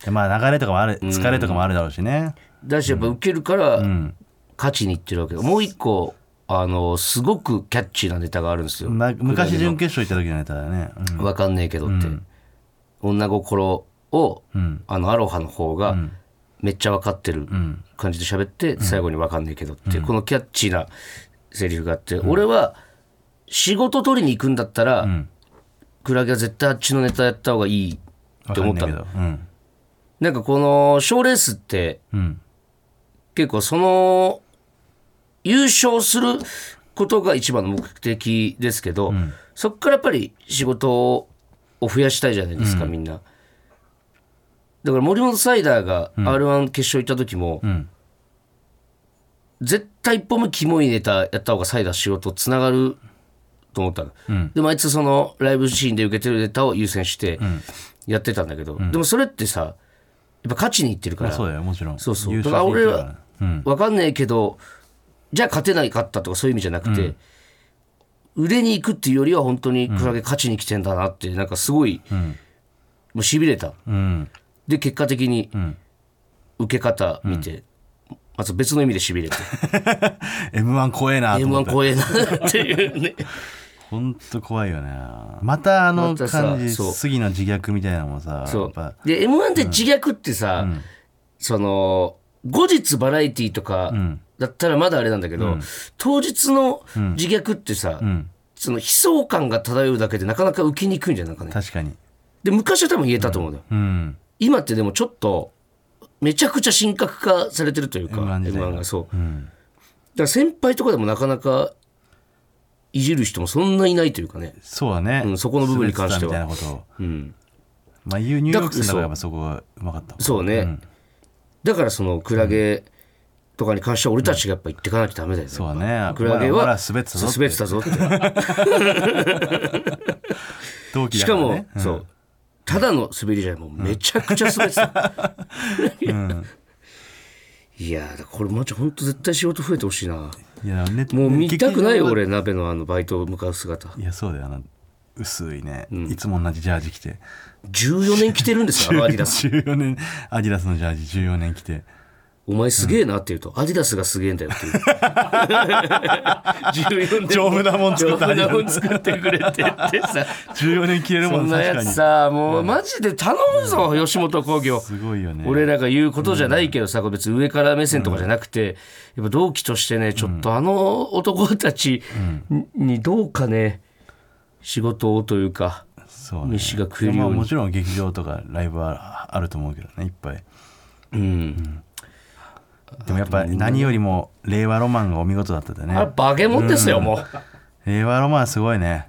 [SPEAKER 3] でまあ流れとかもある疲れとかもあるだろうしね、
[SPEAKER 2] だしやっぱ受けるから勝ちにいってるわけもう一個あのすごくキャッチーなネタがあるんですよ
[SPEAKER 3] ま昔準決勝行った時のネタだね、うん
[SPEAKER 2] わかんねえけどって、女心を、
[SPEAKER 3] ん
[SPEAKER 2] あのアロハの方がめっちゃ分かってる感じで喋って、最後に分かんねえけどって、このキャッチーなセリフがあって、俺は仕事取りに行くんだったら、クラゲは絶対あっちのネタやった方がいいって思ったの
[SPEAKER 3] わかんないけど
[SPEAKER 2] なんかこの賞レースって
[SPEAKER 3] うんうん
[SPEAKER 2] 結構その優勝することが一番の目的ですけど、そこからやっぱり仕事を増やしたいじゃないですか、みんな。だから森本サイダーが r 1決勝行った時も、
[SPEAKER 3] ん
[SPEAKER 2] 絶対一本目キモいネタやった方がサイダー仕事つながると思ったの、でもあいつそのライブシーンで受けてるネタを優先してやってたんだけど、でもそれってさやっぱ勝ちにいってるか
[SPEAKER 3] ま
[SPEAKER 2] ら、
[SPEAKER 3] あそうだよもちろん
[SPEAKER 2] そうそう
[SPEAKER 3] 優
[SPEAKER 2] だから
[SPEAKER 3] 勝
[SPEAKER 2] 俺
[SPEAKER 3] できる
[SPEAKER 2] は
[SPEAKER 3] からうん
[SPEAKER 2] 分かんないけどじゃあ勝てないかったとかそういう意味じゃなくて、売れに行くっていうよりは本当にクラゲ勝ちに来てんだなってなんかすごい、もうしびれた
[SPEAKER 3] うん
[SPEAKER 2] で結果的に受け方見て、まず別の意味でしびれて
[SPEAKER 3] m 1怖えなと
[SPEAKER 2] m
[SPEAKER 3] 思っ
[SPEAKER 2] 1
[SPEAKER 3] た
[SPEAKER 2] 怖えなっていうね
[SPEAKER 3] ほんと怖いよねまたあの
[SPEAKER 2] またさ
[SPEAKER 3] 感じ
[SPEAKER 2] そう
[SPEAKER 3] 杉の自虐みたいなのもさや
[SPEAKER 2] そ
[SPEAKER 3] っぱ
[SPEAKER 2] うで m 1って自虐ってさ、その後日バラエティーとかだったらまだあれなんだけど、当日の自虐ってさ、その悲壮感が漂うだけでなかなか浮きにくいんじゃんないかね
[SPEAKER 3] 確かに
[SPEAKER 2] で昔は多分言えたと思うんだよ、
[SPEAKER 3] うん
[SPEAKER 2] 今ってでもちょっとめちゃくちゃ神格化されてるというか
[SPEAKER 3] M1 時代が
[SPEAKER 2] M1 がそう、だから先輩とかでもなかなかいじる人もそんないないというかね
[SPEAKER 3] そうだね、
[SPEAKER 2] うんそこの部分に関しては
[SPEAKER 3] 滑ってたみたいなことを
[SPEAKER 2] うん
[SPEAKER 3] まあニューヨークさんだからやっぱそこがうまかったもん
[SPEAKER 2] そうね、だからそのクラゲとかに関しては俺たちがやっぱ言ってかなきゃダメだよね、
[SPEAKER 3] そうだね
[SPEAKER 2] クラゲ
[SPEAKER 3] お前ら
[SPEAKER 2] は
[SPEAKER 3] 滑ってたぞって
[SPEAKER 2] 滑ってたぞ
[SPEAKER 3] <laughs>
[SPEAKER 2] って
[SPEAKER 3] 同期
[SPEAKER 2] し
[SPEAKER 3] だか、
[SPEAKER 2] から
[SPEAKER 3] ね、
[SPEAKER 2] も、そうただの滑りじゃないもうめちゃくちゃ滑ってた、
[SPEAKER 3] <laughs>
[SPEAKER 2] いやーこれマジ本当絶対仕事増えてほしいない
[SPEAKER 3] やね
[SPEAKER 2] もう見たくないよ
[SPEAKER 3] 結局
[SPEAKER 2] 俺鍋のあのバイトを向かう姿
[SPEAKER 3] いやそうだよあの薄いね、いつも同じジャージ着て
[SPEAKER 2] 14年着てるんですよあのアディダ
[SPEAKER 3] <laughs>
[SPEAKER 2] ス
[SPEAKER 3] 14年アディダスのジャージ14年着て
[SPEAKER 2] お前すげえなって言うと、アディダスがすげえんだよ
[SPEAKER 3] <laughs>
[SPEAKER 2] っていう14年
[SPEAKER 3] 丈夫なもん作った
[SPEAKER 2] 丈夫なもん作ってくれてってさ
[SPEAKER 3] 14年着れるも
[SPEAKER 2] そ
[SPEAKER 3] ん
[SPEAKER 2] んな
[SPEAKER 3] 確
[SPEAKER 2] や
[SPEAKER 3] かに
[SPEAKER 2] つさもうマジで頼むぞ、吉本興業
[SPEAKER 3] すごいよね
[SPEAKER 2] 俺らが言うことじゃないけどさ、これ別に上から目線とかじゃなくて、やっぱ同期としてねちょっとあの男たちに,、どうかね仕事をというか
[SPEAKER 3] そう、ね、
[SPEAKER 2] 飯が食えるよう
[SPEAKER 3] まあ
[SPEAKER 2] に
[SPEAKER 3] もちろん劇場とかライブはあると思うけどねいっぱい
[SPEAKER 2] うん、
[SPEAKER 3] でもやっぱ何よりも令和ロマンがお見事だったんだ
[SPEAKER 2] あれ
[SPEAKER 3] ね
[SPEAKER 2] バケモンですよ、もう
[SPEAKER 3] 令和ロマンすごいね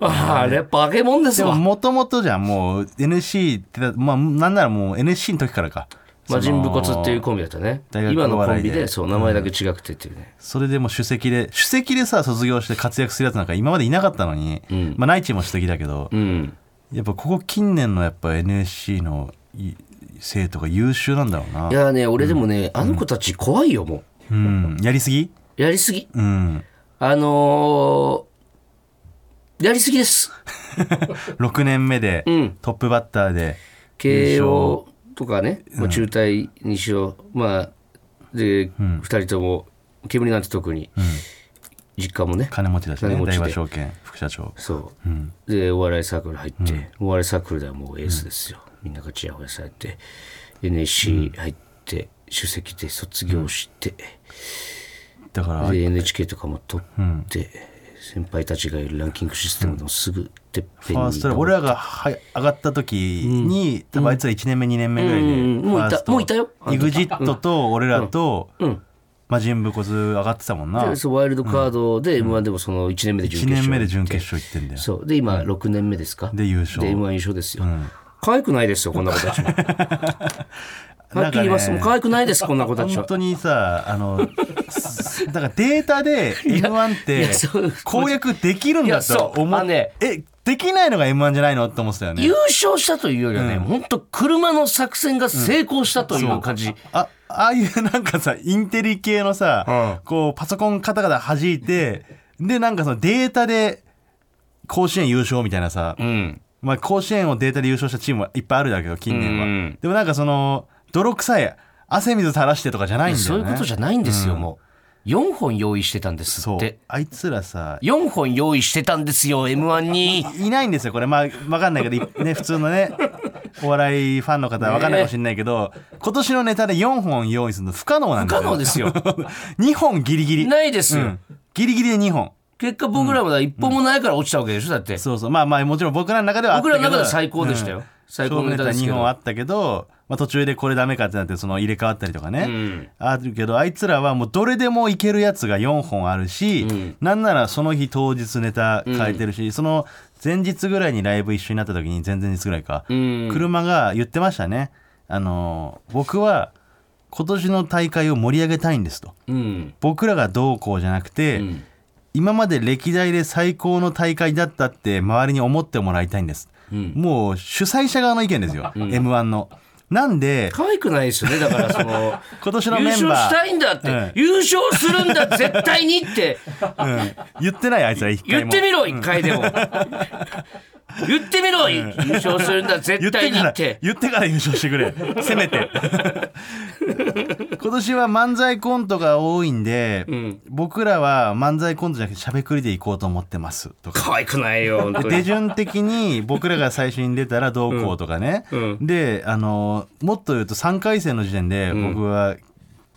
[SPEAKER 2] あれバケモンです
[SPEAKER 3] でも
[SPEAKER 2] わ
[SPEAKER 3] もともとじゃんもう NC ってだまあなんならもう NC の時からか
[SPEAKER 2] 魔人武骨
[SPEAKER 3] その
[SPEAKER 2] っていうコンビだったね
[SPEAKER 3] 大学
[SPEAKER 2] 今の
[SPEAKER 3] お
[SPEAKER 2] コ
[SPEAKER 3] 笑
[SPEAKER 2] ン
[SPEAKER 3] いで
[SPEAKER 2] ビでそう名前だけ違くてっていうね、
[SPEAKER 3] それでもう首席で首席でさ卒業して活躍するやつなんか今までいなかったのに、
[SPEAKER 2] ん
[SPEAKER 3] まあ内地も首席だけど、
[SPEAKER 2] うん、
[SPEAKER 3] やっぱここ近年のやっぱ NSC のい生徒が優秀なんだろうない
[SPEAKER 2] やね俺でもね、あの子たち怖いよも
[SPEAKER 3] うん、やりすぎ
[SPEAKER 2] うやりすぎ
[SPEAKER 3] うん
[SPEAKER 2] あのーやりすぎです
[SPEAKER 3] 6年目で、
[SPEAKER 2] ん
[SPEAKER 3] トップバッターで
[SPEAKER 2] 慶応とかね、まあ、中退にしろ、まあで、二人とも煙なんて特に、実家もね
[SPEAKER 3] 金持ちだしね
[SPEAKER 2] 金持ちで
[SPEAKER 3] 大和証券副社長
[SPEAKER 2] そう、でお笑いサークル入って、お笑いサークルではもうエースですよ、みんながちやほやされて NSC 入って首席で卒業して、
[SPEAKER 3] だから
[SPEAKER 2] で NHK とかも取って、先輩たちがいるランキングシステムでもすぐてっぺ
[SPEAKER 3] フ
[SPEAKER 2] んに、
[SPEAKER 3] ァースト俺らがは上がった時に、多分あいつら1年目2年目ぐらいで、
[SPEAKER 2] うんもういた
[SPEAKER 3] ファースト
[SPEAKER 2] もういたよあの時
[SPEAKER 3] EXIT と俺らと、魔人ブコズ上がってたもんな
[SPEAKER 2] で
[SPEAKER 3] 1
[SPEAKER 2] そうワイルドカードで m 1でもその1年目で準決勝
[SPEAKER 3] 年目で準決勝行ってんだよ
[SPEAKER 2] そうで今6年目ですか
[SPEAKER 3] で優勝
[SPEAKER 2] で m 1優勝ですよ、可愛くないですよこんな子た
[SPEAKER 3] <laughs>
[SPEAKER 2] ちもはっきり言います、
[SPEAKER 3] なんかね
[SPEAKER 2] もう可愛くないですこんな子たち
[SPEAKER 3] <laughs> 本
[SPEAKER 2] は
[SPEAKER 3] 当にさあのすだからデータで m 1っ
[SPEAKER 2] い
[SPEAKER 3] て
[SPEAKER 2] やそう
[SPEAKER 3] 攻略できるん
[SPEAKER 2] い
[SPEAKER 3] だ
[SPEAKER 2] や
[SPEAKER 3] と
[SPEAKER 2] そう
[SPEAKER 3] 思
[SPEAKER 2] あ
[SPEAKER 3] っ
[SPEAKER 2] のね
[SPEAKER 3] えできないのが m 1じゃないのって思ってたよね
[SPEAKER 2] 優勝したというよりはね、本当車の作戦が成功したという感じ、
[SPEAKER 3] あああいう <laughs> なんかさインテリ系のさ、
[SPEAKER 2] う
[SPEAKER 3] こうパソコンカタカタ弾いてでなんかそのデータで甲子園優勝みたいなさ、
[SPEAKER 2] うん
[SPEAKER 3] まあ、甲子園をデータで優勝したチームはいっぱいあるだけど近年は、
[SPEAKER 2] うん
[SPEAKER 3] でもなんかその泥臭い汗水垂らしてとかじゃないんだよね
[SPEAKER 2] そういうことじゃないんですよ、もう4本用意してたんです
[SPEAKER 3] そ
[SPEAKER 2] っ
[SPEAKER 3] う
[SPEAKER 2] て
[SPEAKER 3] あいつらさ
[SPEAKER 2] 4本用意してたんですよ m 1に
[SPEAKER 3] <laughs> いないんですよこれまあ分かんないけどいね普通のねお笑いファンの方は分かんないかもしれないけど、今年のネタで4本用意するの不可能なん
[SPEAKER 2] 不
[SPEAKER 3] だよ
[SPEAKER 2] 可能です
[SPEAKER 3] <laughs>
[SPEAKER 2] よ。
[SPEAKER 3] 2本ギリギリ
[SPEAKER 2] ないです
[SPEAKER 3] う
[SPEAKER 2] よ。
[SPEAKER 3] んギリギリで2本
[SPEAKER 2] 結果僕らまだ一本もないから落ちたわけでしょだって。
[SPEAKER 3] そうそうまあまあもちろん僕らの中ではあった
[SPEAKER 2] 僕
[SPEAKER 3] けど
[SPEAKER 2] らの中では最高でしたよ。最高
[SPEAKER 3] 勝
[SPEAKER 2] のネ
[SPEAKER 3] 負ネ
[SPEAKER 2] タ
[SPEAKER 3] タ
[SPEAKER 2] ですけ
[SPEAKER 3] 2
[SPEAKER 2] ど。
[SPEAKER 3] 本あったけど、まあ、途中でこれダメかってなってその入れ替わったりとかね、
[SPEAKER 2] ん
[SPEAKER 3] あるけどあいつらはもうどれでもいけるやつが4本あるし、なんならその日当日ネタ変えてるし、その前日ぐらいにライブ一緒になった時に前々日ぐらいか、
[SPEAKER 2] ん
[SPEAKER 3] 車が言ってましたねあのー僕は今年の大会を盛り上げたいんですと
[SPEAKER 2] うん。
[SPEAKER 3] 僕らがどうこうじゃなくて、
[SPEAKER 2] ん
[SPEAKER 3] 今まで歴代で最高の大会だったって周りに思ってもらいたいんです、もう主催者側の意見ですよ、m 1のなんで
[SPEAKER 2] 可愛くないですよねだからそ
[SPEAKER 3] <laughs>
[SPEAKER 2] の
[SPEAKER 3] 今年のメン
[SPEAKER 2] 優勝
[SPEAKER 3] バー
[SPEAKER 2] したいんだって、
[SPEAKER 3] うん
[SPEAKER 2] 優勝するんだ絶対にって
[SPEAKER 3] うん言ってないあいつら一
[SPEAKER 2] 言
[SPEAKER 3] 回も
[SPEAKER 2] ってみろ一回でも、 <laughs> 言ってみろ優勝するんだ
[SPEAKER 3] 言
[SPEAKER 2] 絶
[SPEAKER 3] っ
[SPEAKER 2] 対
[SPEAKER 3] て
[SPEAKER 2] に
[SPEAKER 3] か
[SPEAKER 2] っ
[SPEAKER 3] ら
[SPEAKER 2] て
[SPEAKER 3] 言ってから優勝してくれせめて今年は漫才コントが多いんで、
[SPEAKER 2] ん
[SPEAKER 3] 僕らは漫才コントじゃなくてしゃべくりでいこうと思ってますとか
[SPEAKER 2] 可愛くないよ本当
[SPEAKER 3] 手
[SPEAKER 2] に
[SPEAKER 3] 順的に僕らが最初に出たらどうこうとかね、
[SPEAKER 2] うんう
[SPEAKER 3] であのもっと言うと3回戦の時点で僕は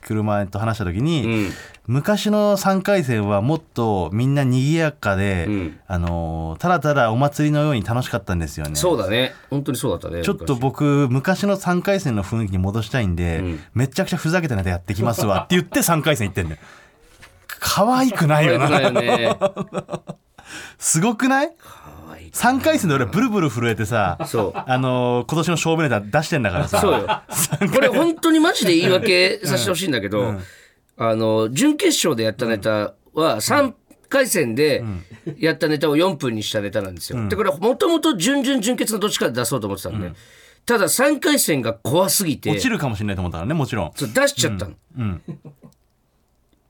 [SPEAKER 3] 車と話した時に、
[SPEAKER 2] うん
[SPEAKER 3] 昔の3回戦はもっとみんな賑やかで、
[SPEAKER 2] うん
[SPEAKER 3] あのただただお祭りのように楽しかったんですよね。
[SPEAKER 2] そうだね本当にそうだったね
[SPEAKER 3] ちょっと
[SPEAKER 2] 昔
[SPEAKER 3] 僕昔の3回戦の雰囲気に戻したいんで、
[SPEAKER 2] ん
[SPEAKER 3] めちゃくちゃふざけたネタやってきますわって言って3回戦行ってん
[SPEAKER 2] <laughs>
[SPEAKER 3] だよ。可愛くないよ
[SPEAKER 2] 可愛
[SPEAKER 3] な。
[SPEAKER 2] くないよね <laughs>
[SPEAKER 3] すごくない
[SPEAKER 2] 可愛い
[SPEAKER 3] 3回戦で俺ブルブル震えてさ
[SPEAKER 2] <laughs> そう
[SPEAKER 3] あのー今年の勝負ネタ出してんだからさ
[SPEAKER 2] そうよこれ本当にマジで言い訳させてほしいんだけど、あの準決勝でやったネタは3回戦でやったネタを4分にしたネタなんですよ。でこれもともと準々準決のどっちかで出そうと思ってたんで、ただ3回戦が怖すぎて
[SPEAKER 3] 落ちるかもしれないと思ったからねもちろん
[SPEAKER 2] そう出しちゃったの。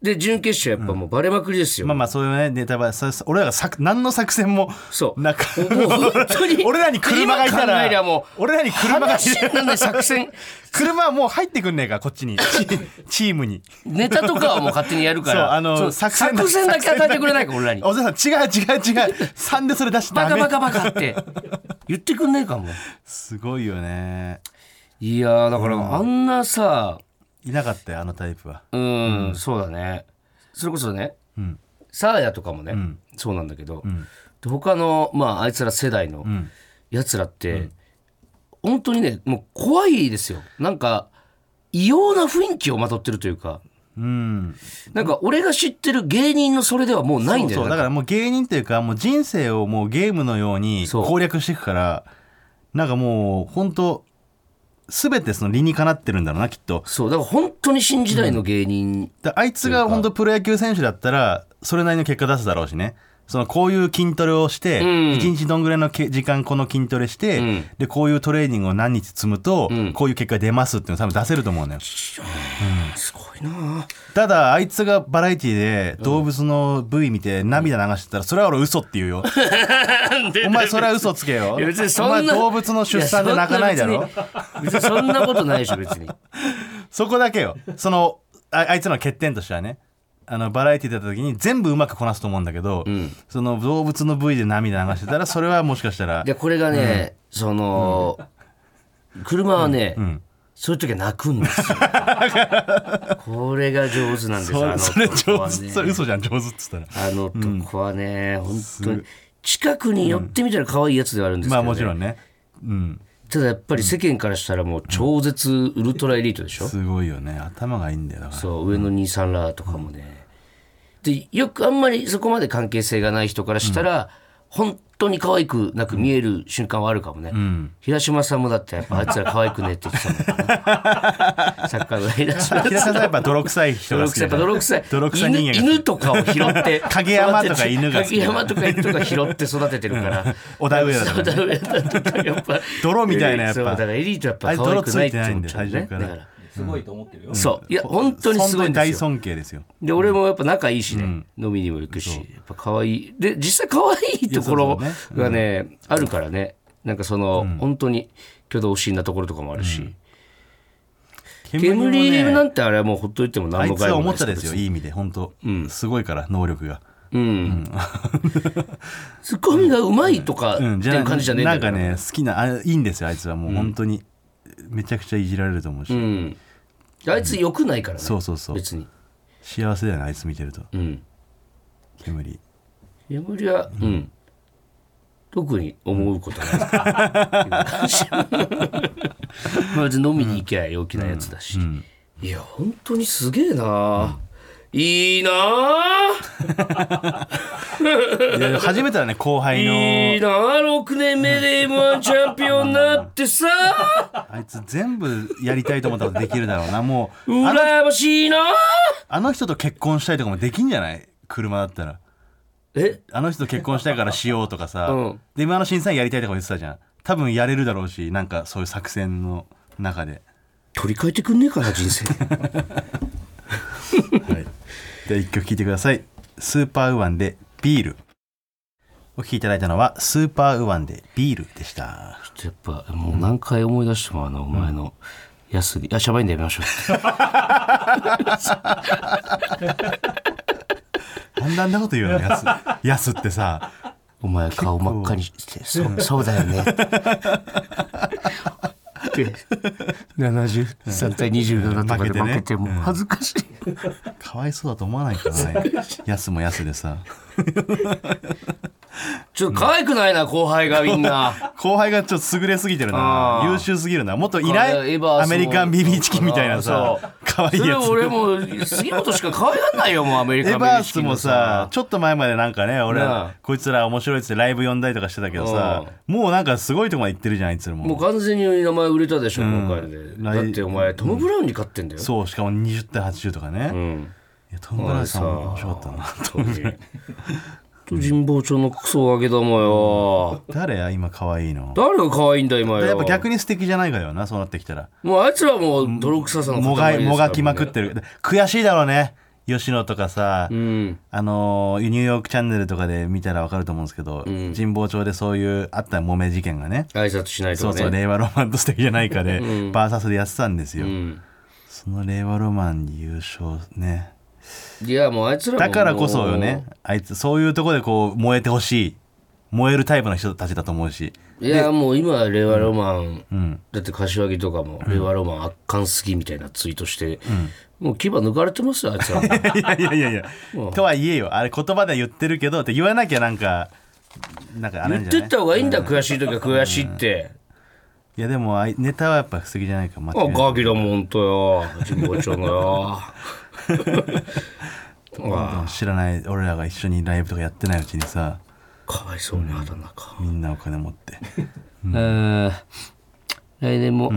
[SPEAKER 2] で準決勝やっぱもうバレまくりですよ。
[SPEAKER 3] まあまあそういうねネタバレさ俺らが作何の作戦も
[SPEAKER 2] そう
[SPEAKER 3] なんか
[SPEAKER 2] もう本当に
[SPEAKER 3] <laughs> 俺らに車がいた
[SPEAKER 2] 今考
[SPEAKER 3] ら
[SPEAKER 2] えりゃもう
[SPEAKER 3] 俺らに車がい
[SPEAKER 2] 話になんない作戦
[SPEAKER 3] 車はもう入ってくんねえかこっちにチチームに
[SPEAKER 2] ネタとかはもう勝手にやるから
[SPEAKER 3] そうあの
[SPEAKER 2] そう
[SPEAKER 3] 作
[SPEAKER 2] 作
[SPEAKER 3] 戦
[SPEAKER 2] 戦
[SPEAKER 3] だ
[SPEAKER 2] だけ与えてくれないか俺ら
[SPEAKER 3] <laughs>
[SPEAKER 2] に
[SPEAKER 3] 小沢さん違う違う違う3でそれ出して
[SPEAKER 2] バ
[SPEAKER 3] ダ
[SPEAKER 2] カ
[SPEAKER 3] メ
[SPEAKER 2] バカバカって言ってくんないかも
[SPEAKER 3] すごいよね
[SPEAKER 2] いやーだからあんなさ
[SPEAKER 3] いなかったよあのタイプは
[SPEAKER 2] うん、そうだねそれこそね、サーヤとかもね、そうなんだけど、で他のまああいつら世代のやつらって、本当にねもう怖いですよなんか異様な雰囲気をまとってるというか
[SPEAKER 3] うん
[SPEAKER 2] なんか俺が知ってる芸人のそれではもうないんだよ
[SPEAKER 3] そうそうだからもう芸人というかもう人生をもうゲームのように
[SPEAKER 2] そう
[SPEAKER 3] 攻略していくからなんかもう本当全てその理にかなってるんだろうなきっと
[SPEAKER 2] そうだから本当に新時代の芸人、
[SPEAKER 3] だあいつが本当プロ野球選手だったらそれなりの結果出すだろうしねそのこういう筋トレをして、
[SPEAKER 2] ん
[SPEAKER 3] 一日どんぐらいのけ時間この筋トレして、
[SPEAKER 2] ん
[SPEAKER 3] でこういうトレーニングを何日積むと、
[SPEAKER 2] ん
[SPEAKER 3] こういう結果出ますっていうの多分出せると思うのよ
[SPEAKER 2] すごいなあ
[SPEAKER 3] ただあいつがバラエティで動物の部位見て涙流してたらそれは俺嘘って言
[SPEAKER 2] <laughs>
[SPEAKER 3] うよお前それは嘘つけよ
[SPEAKER 2] いや別にそ
[SPEAKER 3] お
[SPEAKER 2] んな
[SPEAKER 3] 前動物の出産で泣かないだろ
[SPEAKER 2] や別にそんなことないでしょ別に
[SPEAKER 3] そこだけよそのああいつの欠点としてはねあのバラエティ出た時に全部うまくこなすと思うんだけど、その動物の部位で涙流してたらそれはもしかしたら
[SPEAKER 2] でこれがね、その、車はね、そういう時は泣くん
[SPEAKER 3] <laughs>
[SPEAKER 2] ですよこれが上手なんですよあの
[SPEAKER 3] そそれ
[SPEAKER 2] 男
[SPEAKER 3] 上
[SPEAKER 2] は
[SPEAKER 3] 手、
[SPEAKER 2] ね
[SPEAKER 3] それ嘘じゃん上手っつったら
[SPEAKER 2] あの男はね、本当に近くに寄ってみたら可愛いやつではあるんですけ
[SPEAKER 3] ま
[SPEAKER 2] ど、
[SPEAKER 3] あ
[SPEAKER 2] ね
[SPEAKER 3] もちろんねうん
[SPEAKER 2] ただやっぱり世間からしたらもう超絶ウルトラエリートでしょ、
[SPEAKER 3] すごいよね頭がいいんだよだから
[SPEAKER 2] そう上の兄さんらとかもね、でよくあんまりそこまで関係性がない人からしたら、本当に可愛くなく見える瞬間はあるかもね、平島さんもだってやっぱあいつら可愛くねって言ってたもんなサッカーの平島さん
[SPEAKER 3] 平田さんやっぱ泥臭い人
[SPEAKER 2] 泥
[SPEAKER 3] が好き
[SPEAKER 2] 臭いや
[SPEAKER 3] だ
[SPEAKER 2] っぱ泥臭い
[SPEAKER 3] 泥臭い人間
[SPEAKER 2] 犬
[SPEAKER 3] が
[SPEAKER 2] 犬とかを拾って
[SPEAKER 3] <laughs> 影山とか犬が好き
[SPEAKER 2] 影山とか犬とか拾って育ててる
[SPEAKER 3] <laughs>
[SPEAKER 2] から
[SPEAKER 3] 小田上
[SPEAKER 2] <laughs>
[SPEAKER 3] 田とか
[SPEAKER 2] そう小
[SPEAKER 3] ね
[SPEAKER 2] 田上田とかやっぱ
[SPEAKER 3] 泥みたいなやっぱ
[SPEAKER 2] そうだからエリートやっぱ可愛くないって思っちゃう
[SPEAKER 3] あれ
[SPEAKER 2] ね
[SPEAKER 3] 泥ついてないんだ
[SPEAKER 2] だ
[SPEAKER 3] よ体重から
[SPEAKER 2] から
[SPEAKER 5] すごいと思ってるよ。
[SPEAKER 2] そういや本当にすごいんですよ
[SPEAKER 3] 大尊敬ですよ
[SPEAKER 2] で俺もやっぱ仲いいしね、飲みにも行くしやっぱ可愛いで実際可愛いところ
[SPEAKER 3] いや
[SPEAKER 2] がねあるからねなんかその、本当に挙動不審なところとかもあるし、
[SPEAKER 3] もね
[SPEAKER 2] 煙なんてあれはもうほっといても
[SPEAKER 3] あ
[SPEAKER 2] 何
[SPEAKER 3] い
[SPEAKER 2] も
[SPEAKER 3] つ
[SPEAKER 2] 害
[SPEAKER 3] は
[SPEAKER 2] もない
[SPEAKER 3] 思ったですよいい意味で本当、すごいから能力が
[SPEAKER 2] うん。ツッコミがうまいとかって
[SPEAKER 3] うん、
[SPEAKER 2] いう感じじゃねえ
[SPEAKER 3] なん
[SPEAKER 2] んだ
[SPEAKER 3] か
[SPEAKER 2] よ
[SPEAKER 3] ね好きなあいいんですよあいつはもう本当に、めちゃくちゃいじられると思うし、
[SPEAKER 2] うん。あいつ良くないからね。
[SPEAKER 3] そうそうそう
[SPEAKER 2] 別に。
[SPEAKER 3] 幸せだよねあいつ見てると
[SPEAKER 2] うん。
[SPEAKER 3] 煙
[SPEAKER 2] 眠りは、うん。特に思う
[SPEAKER 3] <laughs>
[SPEAKER 2] ことない。まず飲みに行きゃ陽気なやつだし。いや、本当にすげえな。いいなあ。
[SPEAKER 3] いや初めてはね後輩
[SPEAKER 2] いい
[SPEAKER 3] の
[SPEAKER 2] なあ。6年目で M1 チャンピオンになってさ。
[SPEAKER 3] あいつ全部やりたいと思ったらできるだろうなもうあの
[SPEAKER 2] 羨ましいなあ。
[SPEAKER 3] あの人と結婚したいとかもできんじゃない車だったら
[SPEAKER 2] え
[SPEAKER 3] あの人と結婚したいからしようとかさ、
[SPEAKER 2] うん
[SPEAKER 3] で今の審査員やりたいとか言ってたじゃん多分やれるだろうしなんかそういう作戦の中で
[SPEAKER 2] 取り替えてくんねえかな、人生。
[SPEAKER 3] はい、で一曲聴いてくださいスーパーウーワンでビールお聴きいただいたのはスーパーウーワンでビールでした
[SPEAKER 2] ちょっとやっぱもう何回思い出してもあのお前のやすり、あしゃばいんでやめましょう
[SPEAKER 3] あんなんなこと言うの
[SPEAKER 2] <laughs>
[SPEAKER 3] やすやすってさ
[SPEAKER 2] お前顔真っ赤にしてそうそうだよ
[SPEAKER 3] <laughs>
[SPEAKER 2] ねで73対27とかで負けても
[SPEAKER 3] 負けてねうん
[SPEAKER 2] 恥ずかしい、
[SPEAKER 3] かわいそうだと思わないかなやすもやすでさ
[SPEAKER 2] ちょっと可愛くないな後輩がみんな
[SPEAKER 3] 後輩がちょっと優れすぎてるな
[SPEAKER 2] あー
[SPEAKER 3] 優秀すぎるなもっとい
[SPEAKER 2] こ
[SPEAKER 3] な
[SPEAKER 2] れ
[SPEAKER 3] い
[SPEAKER 2] エバースも
[SPEAKER 3] アメリカンビビーチキンみたいなさ
[SPEAKER 2] そう
[SPEAKER 3] かわ <laughs> いい
[SPEAKER 2] それ
[SPEAKER 3] やつ
[SPEAKER 2] 俺もう杉本しか可愛がんないよもうアメリカ
[SPEAKER 3] エ
[SPEAKER 2] メ
[SPEAKER 3] バー
[SPEAKER 2] リ
[SPEAKER 3] ス
[SPEAKER 2] キ
[SPEAKER 3] もさちょっと前までなんかね俺
[SPEAKER 2] なあ
[SPEAKER 3] こいつら面白いっつってライブ呼んだりとかしてたけどさもうなんかすごいとこまで行ってるじゃんあいつらも
[SPEAKER 2] もう完全に名前売れたでしょ、今回
[SPEAKER 3] うん
[SPEAKER 2] でだってお前トム・ブラウンに勝ってんだよ、
[SPEAKER 3] そうしかも20対80とかね、い
[SPEAKER 2] ん
[SPEAKER 3] やトム・ブラウンさんも面白かったな
[SPEAKER 2] 本当に神保町のクソガキどもよ。
[SPEAKER 3] 誰や今可愛いの
[SPEAKER 2] 誰が可愛いんだ今よ。
[SPEAKER 3] やっぱ逆
[SPEAKER 2] に。
[SPEAKER 3] に素敵じゃないかよなそうなってきたら
[SPEAKER 2] もうあいつらもう泥臭さの塊
[SPEAKER 3] もがい
[SPEAKER 2] ですからね
[SPEAKER 3] もがきまくってる悔しいだろうね吉野とかさ、
[SPEAKER 2] うん。
[SPEAKER 3] あのーニューヨークチャンネルとかで見たらわかると思うんですけど、神保町でそういうあった揉め事件がね
[SPEAKER 2] 挨拶しないと
[SPEAKER 3] そ
[SPEAKER 2] か
[SPEAKER 3] う
[SPEAKER 2] ね。
[SPEAKER 3] そう令和ロマンと素敵じゃないかで、バーサスでやってたんですよ、
[SPEAKER 2] うん。
[SPEAKER 3] その令和ロマンに優勝ね
[SPEAKER 2] いやもうあいつらも
[SPEAKER 3] だからこそよね。あいつそういうとこでこう燃えてほしい燃えるタイプの人たちだと思うし <laughs>
[SPEAKER 2] いやもう今令和ロマン、
[SPEAKER 3] うん
[SPEAKER 2] だって柏木とかも令和ロマン圧巻すぎみたいなツイートして、もう牙抜かれてますよあい
[SPEAKER 3] <laughs>
[SPEAKER 2] つらも。
[SPEAKER 3] いやいやいやいやとはいえよあれ言葉では言ってるけどって言わなきゃなんかなんかあれ
[SPEAKER 2] 言
[SPEAKER 3] なん
[SPEAKER 2] っ
[SPEAKER 3] じ
[SPEAKER 2] て
[SPEAKER 3] ゃな
[SPEAKER 2] っ
[SPEAKER 3] い
[SPEAKER 2] た方がいいんだ悔しい時は悔しいって。
[SPEAKER 3] いやでもあいネタはやっぱ不思議じゃないか間
[SPEAKER 2] あ
[SPEAKER 3] 違いない
[SPEAKER 2] ガキだもんほんとよ神保町のよ。
[SPEAKER 3] うん知らない俺らが一緒にライブとかやってないうちにさ
[SPEAKER 2] かわいそうに肌中、
[SPEAKER 3] みんなお金持って
[SPEAKER 2] うん、来年も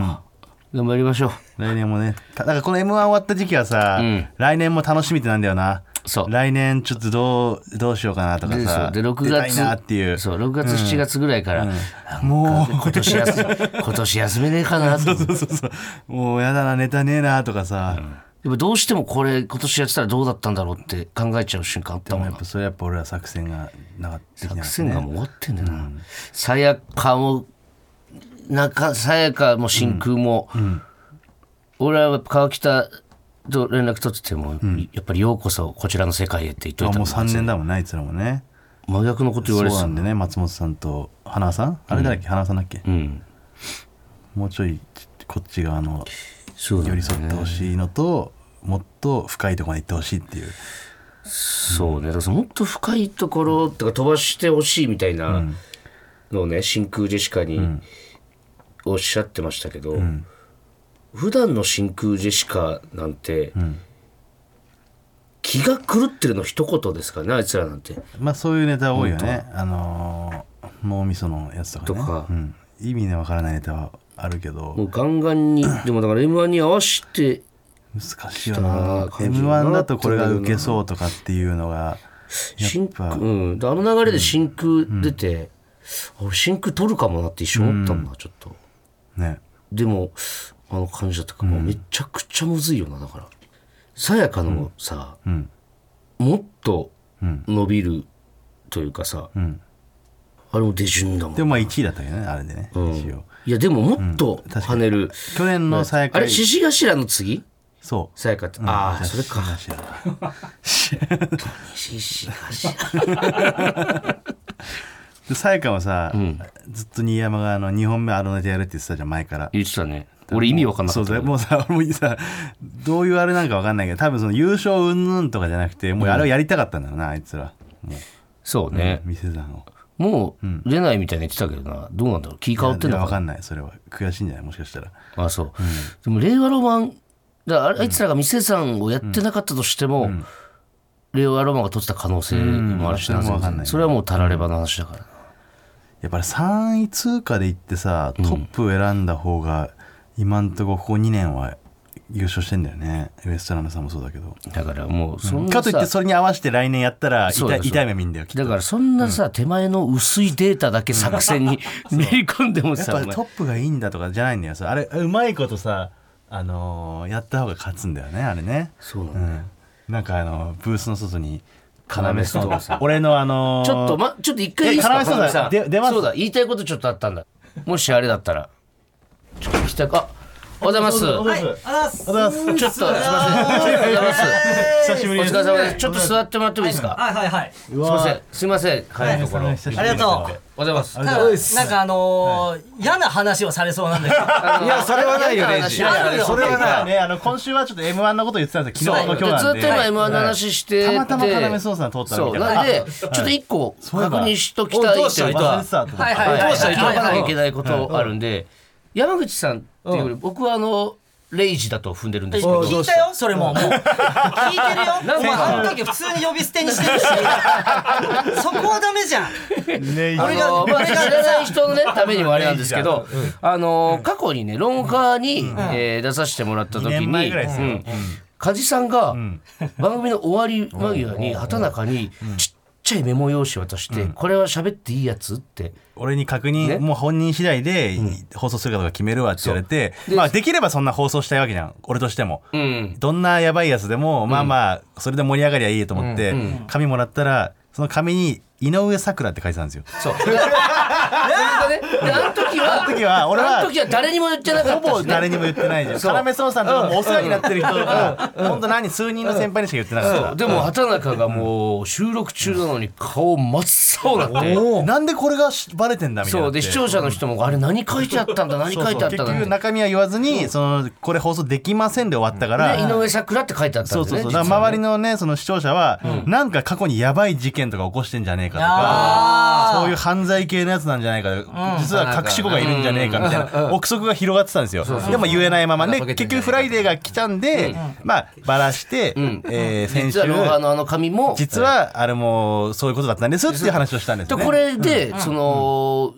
[SPEAKER 2] 頑張りましょう、
[SPEAKER 3] 来年もねただからこの m 1終わった時期はさ、
[SPEAKER 2] うん
[SPEAKER 3] 来年も楽しみってなんだよな
[SPEAKER 2] そう
[SPEAKER 3] 来年ちょっとどうどうしようかなとか
[SPEAKER 2] でそ
[SPEAKER 3] さ
[SPEAKER 2] うで
[SPEAKER 3] 出
[SPEAKER 2] 6
[SPEAKER 3] たい
[SPEAKER 2] 月
[SPEAKER 3] なっていう
[SPEAKER 2] そう6月7月ぐらいから、
[SPEAKER 3] もう
[SPEAKER 2] 今年休め
[SPEAKER 3] <laughs>
[SPEAKER 2] 今年休めねえかなと思って
[SPEAKER 3] そうそうそうもうやだなネタねえなとかさ、
[SPEAKER 2] でもどうしてもこれ今年やってたらどうだったんだろうって考えちゃう瞬間あったもん
[SPEAKER 3] や
[SPEAKER 2] な
[SPEAKER 3] っぱそれやっぱ俺ら作戦がなかった
[SPEAKER 2] 作戦がもう終わってんだよな、さやかも中さやかも真空も、俺はやっぱ川北と連絡取ってても、やっぱりようこそこちらの世界へって言っとい
[SPEAKER 3] あ
[SPEAKER 2] た
[SPEAKER 3] もう
[SPEAKER 2] もん
[SPEAKER 3] 3年だもんねあいつらもね
[SPEAKER 2] 真逆のこと言
[SPEAKER 3] そ
[SPEAKER 2] わ
[SPEAKER 3] う
[SPEAKER 2] れて
[SPEAKER 3] な
[SPEAKER 2] た
[SPEAKER 3] んでね松本さんと花輪さんあれ誰だっけ、花輪さんだっけ
[SPEAKER 2] うん
[SPEAKER 3] もうちょいこっち側の
[SPEAKER 2] そうなんだ
[SPEAKER 3] 寄
[SPEAKER 2] よ
[SPEAKER 3] り
[SPEAKER 2] ね
[SPEAKER 3] 添ってほしいのと、もっと深いところまで行ってほしいっていう
[SPEAKER 2] そうねだからもっと深いところとか飛ばしてほしいみたいなのをね真空ジェシカにおっしゃってましたけど、普段の真空ジェシカなんて、気が狂ってるの一言ですからねあいつらなんて。
[SPEAKER 3] まあそういうネタ多いよねあのー脳みそのやつとかね
[SPEAKER 2] とか
[SPEAKER 3] うん、意味のわからないネタはあるけ
[SPEAKER 2] も
[SPEAKER 3] ど
[SPEAKER 2] うガンガンに <clears throat> でもだから m 1に合わせて
[SPEAKER 3] 難しいよ
[SPEAKER 2] な
[SPEAKER 3] な
[SPEAKER 2] あ
[SPEAKER 3] m 1だとこれが受けそうとかっていうのが
[SPEAKER 2] 真空、うん、であの流れで真空出て、俺真空取るかもなって一瞬思ったもんな、ちょっと。
[SPEAKER 3] ね
[SPEAKER 2] でもあの感じだったから、もうめちゃくちゃむずいよなだからさやかのさ、
[SPEAKER 3] ん
[SPEAKER 2] もっと伸びるというかさ、あれも出順だもん
[SPEAKER 3] でもまあ1位だったけどねあれでね、
[SPEAKER 2] うん
[SPEAKER 3] 一応
[SPEAKER 2] いやでももっと跳ねる、
[SPEAKER 3] 去年の最下
[SPEAKER 2] あ
[SPEAKER 3] 位、
[SPEAKER 2] れ獅子頭の次
[SPEAKER 3] そ
[SPEAKER 2] さやかって、ああそれか
[SPEAKER 3] う知らない
[SPEAKER 2] 西石橋
[SPEAKER 3] でさやかはさ、ずっと新山があの2本目アロネでやるって言ってたじゃん前から
[SPEAKER 2] 言ってたね俺意味わかんなか
[SPEAKER 3] そ
[SPEAKER 2] っ
[SPEAKER 3] う
[SPEAKER 2] た
[SPEAKER 3] だよもうさ <laughs> もうさどういうあれなんかわかんないけど多分その優勝うんぬんとかじゃなくてもうあれをやりたかったんだろうな、あいつらも
[SPEAKER 2] そう
[SPEAKER 3] う
[SPEAKER 2] ね、
[SPEAKER 3] 店さんを
[SPEAKER 2] もう出ないみたいに言ってたけどなどうなんだろう気変わってんの
[SPEAKER 3] わ
[SPEAKER 2] か
[SPEAKER 3] かんないそれは悔しいんじゃないもしかしたら
[SPEAKER 2] あそう、でも令和ロマンだからあれあいつらが店さんをやってなかったとしても、令和ロマンが取ってた可能性もあるしな、
[SPEAKER 3] うんそれもわかんない
[SPEAKER 2] それはもうたらればの話だからな
[SPEAKER 3] やっぱり3位通過でいってさトップを選んだ方が今んとこここ2年は優勝してんだよねウエストランドさんもそうだけど
[SPEAKER 2] だからもうそんな
[SPEAKER 3] かとい
[SPEAKER 2] さ、
[SPEAKER 3] ってそれに合わせて来年やったら
[SPEAKER 2] そうだ
[SPEAKER 3] 痛
[SPEAKER 2] よそう
[SPEAKER 3] 痛い目見んだよきっと
[SPEAKER 2] だからそんなさ、手前の薄いデータだけ作戦 <laughs> に練り込んでも
[SPEAKER 3] やっ
[SPEAKER 2] さ
[SPEAKER 3] ぱ
[SPEAKER 2] お
[SPEAKER 3] り
[SPEAKER 2] 前
[SPEAKER 3] トップがいいんだとかじゃないんだよさあれうまいことさ、あのーやった方が勝つんだよねあれね
[SPEAKER 2] そうなん
[SPEAKER 3] う
[SPEAKER 2] だよ
[SPEAKER 3] ん、なんかあのブースの外に
[SPEAKER 2] 要ストーンさん
[SPEAKER 3] 俺のあのー
[SPEAKER 2] ちょっと、ま、ちょっと一回いいですか
[SPEAKER 3] え要さん
[SPEAKER 2] 要さん
[SPEAKER 3] で出ます
[SPEAKER 2] そうだ言いたいことちょっとあったんだもしあれだったらちょっと聞きたいかあおはようございます
[SPEAKER 3] はい、あすあす
[SPEAKER 2] ちょっとすいません。ありがとうございます。
[SPEAKER 3] 久しぶ
[SPEAKER 2] お
[SPEAKER 3] りです
[SPEAKER 2] 疲れ様です。ちょっと座ってもらってもいいですか。
[SPEAKER 5] はいはいはい。
[SPEAKER 2] すいません。すいません。早いところ。おはよ
[SPEAKER 5] ありがとう。
[SPEAKER 2] うございます。
[SPEAKER 5] ただなんかあのー嫌な話をされそうなんだけど。
[SPEAKER 2] いや
[SPEAKER 6] それはないよレイジ
[SPEAKER 2] いやいや
[SPEAKER 5] いやそれは
[SPEAKER 3] ない、 <laughs> ね、あの今週はちょっと m 1のこと言ってたんですよ昨日の
[SPEAKER 2] で
[SPEAKER 3] 今日なん
[SPEAKER 2] ず
[SPEAKER 3] で
[SPEAKER 2] っと今 M1 の話してて、
[SPEAKER 3] たまたま要さんが通った
[SPEAKER 2] そ
[SPEAKER 3] み
[SPEAKER 2] う
[SPEAKER 3] たいな
[SPEAKER 2] なんで
[SPEAKER 3] あ
[SPEAKER 2] ちょっと一個
[SPEAKER 3] そういえ
[SPEAKER 2] 確
[SPEAKER 3] ば
[SPEAKER 2] 認しときたいという
[SPEAKER 3] 忘れ
[SPEAKER 2] か
[SPEAKER 3] て、たと思って
[SPEAKER 5] はいはい
[SPEAKER 2] ど
[SPEAKER 5] は
[SPEAKER 2] う
[SPEAKER 5] い。
[SPEAKER 2] したら言っとかなきゃいけ
[SPEAKER 5] い。
[SPEAKER 2] ないことあるんで、山口さんっていうより僕はあのレイジだと踏んでるんですけど、
[SPEAKER 5] 聞いたよそれももう聞いてるよ
[SPEAKER 3] <laughs>
[SPEAKER 5] お前あの時普通に呼び捨てにしてるしそこはダメじゃん
[SPEAKER 3] ね
[SPEAKER 2] あ
[SPEAKER 5] 俺が
[SPEAKER 2] のまあ、
[SPEAKER 5] 俺
[SPEAKER 2] 知
[SPEAKER 5] が
[SPEAKER 2] らない人のねためにもあれなんですけど、あの過去にねロンカーに、えー出させてもらった時
[SPEAKER 3] 二
[SPEAKER 2] に
[SPEAKER 3] 年前ぐらいですよ
[SPEAKER 2] うん梶さんが番組の終わり間際に畑中にちっちゃいメモ用紙渡して「これは喋っていいやつ?」って
[SPEAKER 3] 俺に確認、
[SPEAKER 2] ね
[SPEAKER 3] もう本人次第で放送するかどうか決めるわって言われて、まあできればそんな放送したいわけじゃん俺としても、どんなやばいやつでもまあまあそれで盛り上がりゃいいと思って、紙もらったらその紙に井上咲楽って書いてたんですよ
[SPEAKER 2] そう。それでねであの時は
[SPEAKER 3] あの時は俺は
[SPEAKER 2] あの時は誰にも言ってなかっ
[SPEAKER 3] ほ
[SPEAKER 2] た
[SPEAKER 3] ぼ
[SPEAKER 2] しね
[SPEAKER 3] 誰にも言ってないじゃん要そうさんとかもお世話になってる人とかほんと何数人の先輩にしか言ってなかったから
[SPEAKER 2] でも畑中がもう収録中なのに顔真っ青になって。
[SPEAKER 3] なんでこれがしバレてんだみた
[SPEAKER 2] そ
[SPEAKER 3] いにな
[SPEAKER 2] う
[SPEAKER 3] って
[SPEAKER 2] で視聴者の人も「あれ何書いてあったんだ何書いてあったん
[SPEAKER 3] そうそう結
[SPEAKER 2] だ」
[SPEAKER 3] 局中身は言わずに、そのこれ放送できませんで終わったから、
[SPEAKER 2] ね井上桜って書いてあったん
[SPEAKER 3] そ
[SPEAKER 2] でね
[SPEAKER 3] うそうそう、
[SPEAKER 2] 実は
[SPEAKER 3] だ
[SPEAKER 2] ね
[SPEAKER 3] から周りのねその視聴者は、なんか過去にやばい事件とか起こしてんじゃねえかとか
[SPEAKER 5] あー
[SPEAKER 3] そういう犯罪系のやつなんじゃないか、実は隠し子がいるんじゃねえかみたいな、憶測が広がってたんですよ、でも言えないままで
[SPEAKER 6] まだ解けてんじゃねえか
[SPEAKER 3] 結局フライデーが来たんで、まあバラして、えー先
[SPEAKER 2] 実
[SPEAKER 3] 週
[SPEAKER 2] はロンハーのあの紙も
[SPEAKER 3] 実はあれもそういうことだったんですっていう話をしたんです
[SPEAKER 2] で
[SPEAKER 3] よね
[SPEAKER 2] これでその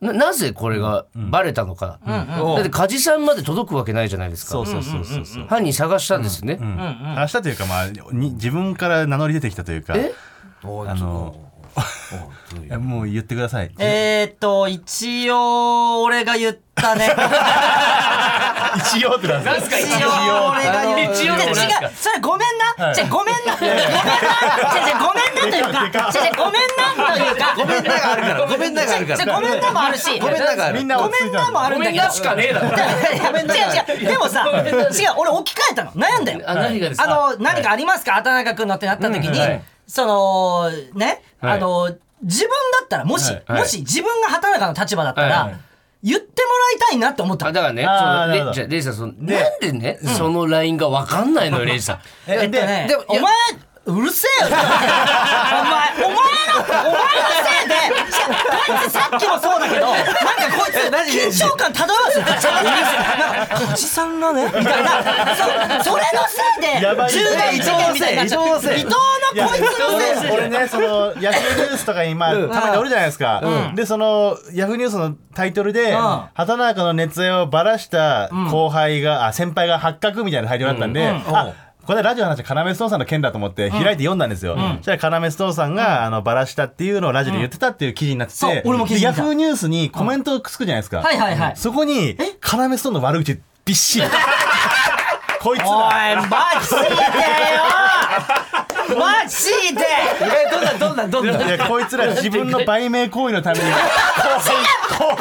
[SPEAKER 2] ななぜこれがバレたのかだって梶さんまで届くわけないじゃないです
[SPEAKER 3] そ
[SPEAKER 2] か
[SPEAKER 3] うそうそうそうそう
[SPEAKER 2] 犯人探したんですね
[SPEAKER 3] 明日というかまあに自分から名乗り出てきたというか
[SPEAKER 2] え
[SPEAKER 3] あの <laughs> いやもう言ってください
[SPEAKER 5] えーっと一応俺が言っ
[SPEAKER 3] <laughs>
[SPEAKER 5] たね
[SPEAKER 3] 一応ってなんです
[SPEAKER 5] 一応俺が言う
[SPEAKER 2] 一応
[SPEAKER 5] 違う違うそれごめんなじゃごめんなごめんなじゃじゃごめんなというかじゃじゃごめんなというかごめんながあるから
[SPEAKER 6] ごめんながあるか
[SPEAKER 5] じ
[SPEAKER 6] ら
[SPEAKER 5] ゃごめんなもあるし
[SPEAKER 6] ごめんながある
[SPEAKER 3] みんな
[SPEAKER 5] ご
[SPEAKER 3] 落ち着い
[SPEAKER 5] めん
[SPEAKER 3] た
[SPEAKER 5] なもあるんだけど
[SPEAKER 2] しかねえだろ
[SPEAKER 5] ごめんな違う違うでもさ違う俺置き換えたの悩んだよ
[SPEAKER 2] あ何がですか
[SPEAKER 5] あの何かありますか畑中君のってなった時に
[SPEAKER 2] はい
[SPEAKER 5] そのね
[SPEAKER 2] はい
[SPEAKER 5] あの自分だったらもし
[SPEAKER 2] はい
[SPEAKER 5] もし自分が畑中の立場だった
[SPEAKER 2] はい
[SPEAKER 5] ら言ってもらいたいなって思った
[SPEAKER 2] あ
[SPEAKER 5] の
[SPEAKER 2] だからね
[SPEAKER 3] あー
[SPEAKER 2] その
[SPEAKER 3] なるほど
[SPEAKER 2] レじゃあレイさんそのなんでねそのラインが分かんないのよレイさん
[SPEAKER 5] えっとね、
[SPEAKER 2] でも
[SPEAKER 5] お前うるせえよお前お前のお前のせいでしかもこいつさっきもそうだけどなんかこいつ緊張感漂わすよ立ち上がってなんかおじさんがねみたいなそうそれ
[SPEAKER 3] やば
[SPEAKER 5] の
[SPEAKER 3] い
[SPEAKER 5] せいで10代1年みたいになっちゃう伊
[SPEAKER 6] 伊藤のせい
[SPEAKER 5] 藤のこいつのせいだよ
[SPEAKER 3] 俺ねそのヤフーニュースとかに今たまにおるじゃないですか、でそのヤフーニュースのタイトルで、
[SPEAKER 5] ん
[SPEAKER 3] 畑中の熱愛をばらした後輩が、あ先輩が発覚みたいなタイトルだったんで、あこれラジオの話は要ストーンさんの件だと思って開いて読んだんですよ。そしたら要ストーンさんが、あのバラしたっていうのをラジオで言ってたっていう記事になって
[SPEAKER 5] そう
[SPEAKER 3] て、
[SPEAKER 5] 俺も記事見
[SPEAKER 3] ヤ
[SPEAKER 5] た
[SPEAKER 3] フーニュースにコメントくっつくじゃないですか。
[SPEAKER 5] はいはいはい
[SPEAKER 3] そこに要ストーンの悪口びっしり。こいつ
[SPEAKER 5] お
[SPEAKER 3] だ。
[SPEAKER 5] いマジでよマジで
[SPEAKER 6] 意外と
[SPEAKER 5] んどんなんどんなん
[SPEAKER 3] いやこいつら自分の売名行為のために怖い怖い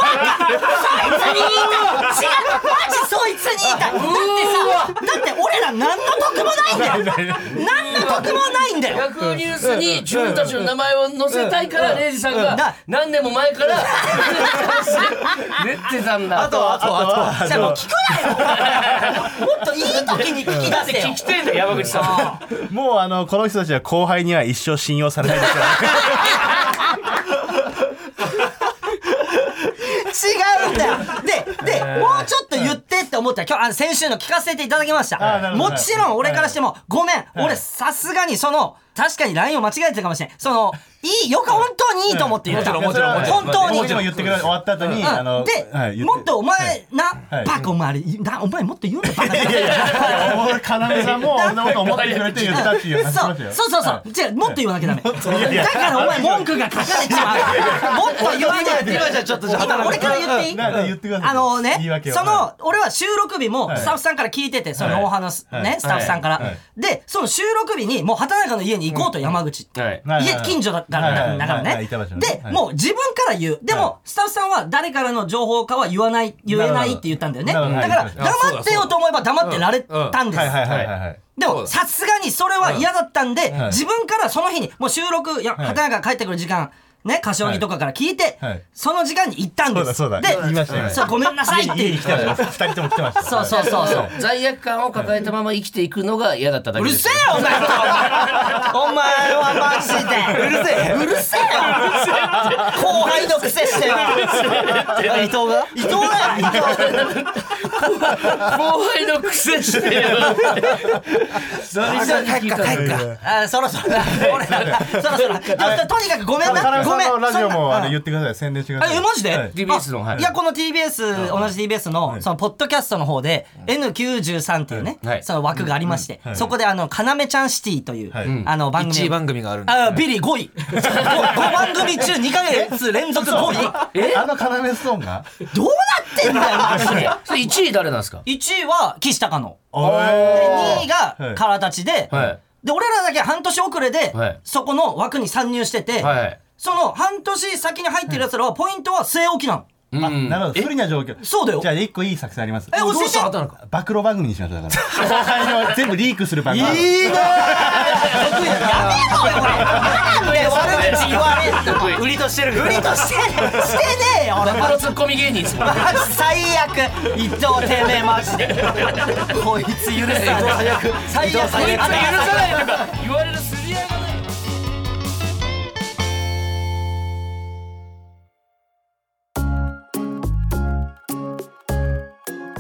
[SPEAKER 5] そいつに言いたい違うマジそいつに言いたいだってさだって俺ら何の得もないんだよ何の得もないんだよ
[SPEAKER 2] 逆ニュースに自分たちの名前を載せたいから、レイジさんが何年も前から <laughs> 練ってたんだ。
[SPEAKER 5] あとはあとはあとはじゃあもう聞くなよもっといい時に聞き出せよ
[SPEAKER 2] 聞きてんだよ、山口さ
[SPEAKER 3] もうあのこの人たちは後輩には一生信用されないですから
[SPEAKER 5] 違うんだよででもうちょっと言ってって思ったら今日あの先週の聞かせていただきまし
[SPEAKER 3] あーな
[SPEAKER 5] た
[SPEAKER 3] るほど
[SPEAKER 5] もちろん俺からしてもごめん俺さすがにその確かに LINE を間違えてたかもしれないそのいいよく本当にいいと思って言った
[SPEAKER 3] いやそれは
[SPEAKER 5] 本当に
[SPEAKER 3] もちろん言ってくれ終わった後に、あの
[SPEAKER 5] で、
[SPEAKER 3] はい言
[SPEAKER 5] もっとお前な、
[SPEAKER 3] はい
[SPEAKER 5] バカお前あれなお前もっと言うのバカ
[SPEAKER 3] 俺要さんもそんなこと思ってくれて言ったっていう話し
[SPEAKER 5] そ
[SPEAKER 3] ま
[SPEAKER 5] う
[SPEAKER 3] したよ
[SPEAKER 5] そうそうそう、じゃあもっと言わなきゃダメだからお前文句が書かれちまうもっと言わない今じゃちょっと俺から言っていい
[SPEAKER 3] なな言ってください
[SPEAKER 5] あのね
[SPEAKER 3] 言い訳を
[SPEAKER 5] そ
[SPEAKER 3] は
[SPEAKER 5] の俺は収録日も
[SPEAKER 3] はい
[SPEAKER 5] スタッフさんから聞いててそ
[SPEAKER 3] はい
[SPEAKER 5] のお話
[SPEAKER 3] はい
[SPEAKER 5] ねスタッフさんか
[SPEAKER 3] は
[SPEAKER 5] ら
[SPEAKER 3] い
[SPEAKER 5] でその収録日にもう畑中の家に行こうと山口
[SPEAKER 2] ん。はい。
[SPEAKER 3] はい
[SPEAKER 5] 家近所だったか
[SPEAKER 3] は
[SPEAKER 5] ら
[SPEAKER 3] いはいはい
[SPEAKER 5] だから
[SPEAKER 3] はいはい
[SPEAKER 5] ね
[SPEAKER 3] 板橋のね
[SPEAKER 5] で
[SPEAKER 3] はい
[SPEAKER 5] もう自分から言うで
[SPEAKER 3] はい
[SPEAKER 5] もスタッフさんは誰からの情報かは言わない言え
[SPEAKER 3] な
[SPEAKER 5] な
[SPEAKER 3] る
[SPEAKER 5] い
[SPEAKER 3] ほど
[SPEAKER 5] って言ったんだよね
[SPEAKER 3] なる
[SPEAKER 5] だ
[SPEAKER 3] ほど
[SPEAKER 5] から
[SPEAKER 3] はい
[SPEAKER 5] 黙ってようと思えば黙ってられたん
[SPEAKER 3] い
[SPEAKER 5] です
[SPEAKER 3] はいはいはいはい
[SPEAKER 5] でもさすがにそれは嫌だったんで、
[SPEAKER 3] んはい
[SPEAKER 5] 自分からその日にもう収録いや
[SPEAKER 3] はい
[SPEAKER 5] 畑中が帰ってくる時間ね柏木とかから聞いて、
[SPEAKER 3] はいはい
[SPEAKER 5] その時間に行ったんです
[SPEAKER 3] そうだそうだ
[SPEAKER 5] で
[SPEAKER 3] 言いましたよ
[SPEAKER 5] そうごめんなさいって
[SPEAKER 3] 家に来てました二人とも来てました
[SPEAKER 5] そうそうそうそう
[SPEAKER 2] 罪悪感を抱えたまま生きていくのが嫌だっただ
[SPEAKER 5] う
[SPEAKER 2] けで
[SPEAKER 5] る
[SPEAKER 2] す。
[SPEAKER 5] せえよお前お前はマジでうるせえうるせえよ後輩のくせしてよ <laughs> 伊藤が伊藤だよ伊藤
[SPEAKER 2] 後輩の癖してよ。
[SPEAKER 5] 帰っか帰っかあそろそろ俺らそろそろ <laughs> でもとにかくごめん
[SPEAKER 3] 田
[SPEAKER 5] な
[SPEAKER 3] 中
[SPEAKER 5] ごめん
[SPEAKER 3] さんのラジオ
[SPEAKER 5] そん
[SPEAKER 3] も
[SPEAKER 5] な
[SPEAKER 3] あの言ってください宣伝して
[SPEAKER 5] <laughs>
[SPEAKER 3] ください
[SPEAKER 5] えマジで、
[SPEAKER 3] はい
[SPEAKER 2] TBS のはい
[SPEAKER 5] やこの TBS 同じ TBS のそのポッドキャストの方で N93 っていうね、
[SPEAKER 2] はい
[SPEAKER 5] その枠がありまして、
[SPEAKER 3] はい
[SPEAKER 5] そこであの「かなめちゃんシティ」という、
[SPEAKER 3] はい
[SPEAKER 5] あの番組
[SPEAKER 6] 1位番組があるんで
[SPEAKER 5] あビリ5位5番組中2ヶ月連続5位
[SPEAKER 3] えあの要ストーンが
[SPEAKER 5] どうなってんだよマジで
[SPEAKER 2] それ1位誰なんですか
[SPEAKER 5] 1位は岸高野
[SPEAKER 3] お
[SPEAKER 5] 2位が空たちで、
[SPEAKER 2] はい
[SPEAKER 5] で俺らだけ半年遅れで、
[SPEAKER 2] はい
[SPEAKER 5] そこの枠に参入してて、
[SPEAKER 2] はい。
[SPEAKER 5] その半年先に入ってるやつらはポイントは据え置きなの。
[SPEAKER 2] うん。
[SPEAKER 3] ーなるほど不利な状況
[SPEAKER 5] そうだよ
[SPEAKER 3] じゃあ一個いい作戦あります
[SPEAKER 5] え、教
[SPEAKER 6] どう
[SPEAKER 5] え
[SPEAKER 6] した
[SPEAKER 5] て
[SPEAKER 6] 畑中
[SPEAKER 3] 暴露番組にしましょうだから後
[SPEAKER 2] <laughs>
[SPEAKER 3] 輩の全部リークする番組
[SPEAKER 6] いいな
[SPEAKER 5] やめろよ、俺。なんで悪口言われんの売りとしてる売りとしてねしてねえよ、俺。
[SPEAKER 2] あのツッコミ芸人ですもん。
[SPEAKER 5] マジ最悪。伊藤てめえ、マジで。こいつ許せない。最
[SPEAKER 2] こい
[SPEAKER 5] 悪。最悪。
[SPEAKER 2] つ許さないとか言われるすり合いがない。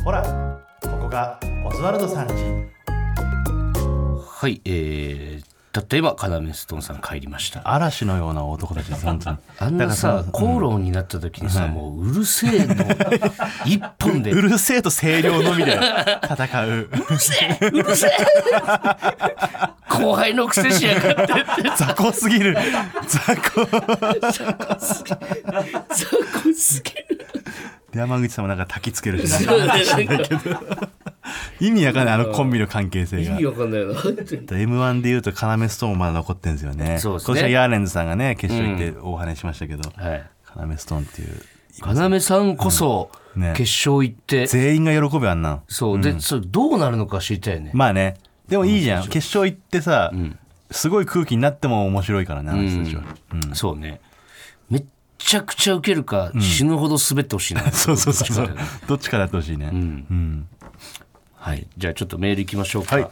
[SPEAKER 3] ほらここがオズワルドさんち
[SPEAKER 2] はい、えー、たった今、カナメストーンさん帰りました。
[SPEAKER 3] 嵐のような男たちです本当に
[SPEAKER 2] あんなさ、口論になった時にさ、もううるせえの一本 <laughs> で
[SPEAKER 3] うるせえと声量のみ <laughs> で戦う
[SPEAKER 2] うるせえ後輩のくせしやがって
[SPEAKER 3] 雑魚すぎる雑魚
[SPEAKER 2] 雑魚すぎる
[SPEAKER 3] 山口さんもなんか焚きつけるしなんか意味わかんないあのコンビの関係性
[SPEAKER 2] 意
[SPEAKER 3] が
[SPEAKER 2] 味わかんないな本当に
[SPEAKER 3] m 1でいうと要ストーンまだ残ってんですよね
[SPEAKER 2] そうですね
[SPEAKER 3] 今年はヤーレンズさんがね決勝行ってお話ししましたけど、
[SPEAKER 2] はい
[SPEAKER 3] 要ストーンっていう
[SPEAKER 2] 要さんこそ
[SPEAKER 3] うんね
[SPEAKER 2] 決勝行って、
[SPEAKER 3] 全員が喜ぶあんなん
[SPEAKER 2] そうで、それどうなるのか知りたいよね、
[SPEAKER 3] まあねでもいいじゃん決勝行ってさ、すごい空気になっても面白いからねあの人たちは、うん
[SPEAKER 2] そうねめっちゃくちゃウケるか、死ぬほど滑ってほ <laughs> しいな
[SPEAKER 3] そうそうそうそうどっちからやってほしいね、
[SPEAKER 2] はい、じゃあちょっとメールいきましょうか、
[SPEAKER 3] はい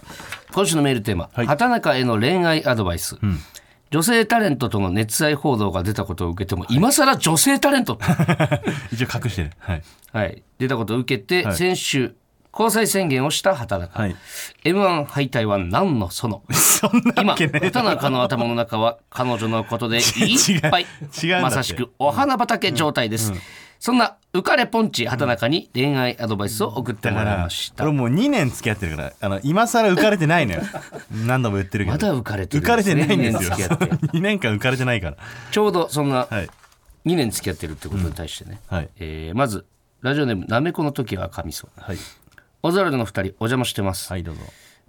[SPEAKER 2] 今週のメールテーマ、
[SPEAKER 3] はい
[SPEAKER 2] 畑中への恋愛アドバイス、女性タレントとの熱愛報道が出たことを受けても、今更女性タレ
[SPEAKER 3] <laughs>
[SPEAKER 2] ントって
[SPEAKER 3] 一応隠してるはい
[SPEAKER 2] はい、出たことを受けて、
[SPEAKER 3] はい
[SPEAKER 2] 先週交際宣言をした畑中、
[SPEAKER 3] はい
[SPEAKER 2] m 1敗退は何の
[SPEAKER 3] <laughs>
[SPEAKER 2] その
[SPEAKER 3] そんな
[SPEAKER 2] 今
[SPEAKER 3] わけねえ
[SPEAKER 2] 畑中の頭の中は彼女のこと
[SPEAKER 3] <laughs>
[SPEAKER 2] でいっぱい
[SPEAKER 3] 違う違うんだって
[SPEAKER 2] まさしくお花畑状態です、そんな浮かれポンチ畑中に恋愛アドバイスを送って
[SPEAKER 3] だ
[SPEAKER 2] も
[SPEAKER 3] から
[SPEAKER 2] い
[SPEAKER 3] ら
[SPEAKER 2] ました、
[SPEAKER 3] 俺もう2年付き合ってるからあの今更浮かれてないのよ何度も言ってるけど
[SPEAKER 2] まだ浮かれてる
[SPEAKER 3] 浮かれてないんです
[SPEAKER 2] 二年
[SPEAKER 3] よ
[SPEAKER 2] 付き合っ
[SPEAKER 3] 2年間浮かれてないから
[SPEAKER 2] ちょうどそんな
[SPEAKER 3] はい
[SPEAKER 2] 2年付き合ってるってことに対してね、
[SPEAKER 3] うんはい
[SPEAKER 2] えーまずラジオネームなめこの時は神そう
[SPEAKER 3] はい、
[SPEAKER 2] オズワルドの2人お邪魔してます、
[SPEAKER 3] はい、どうぞ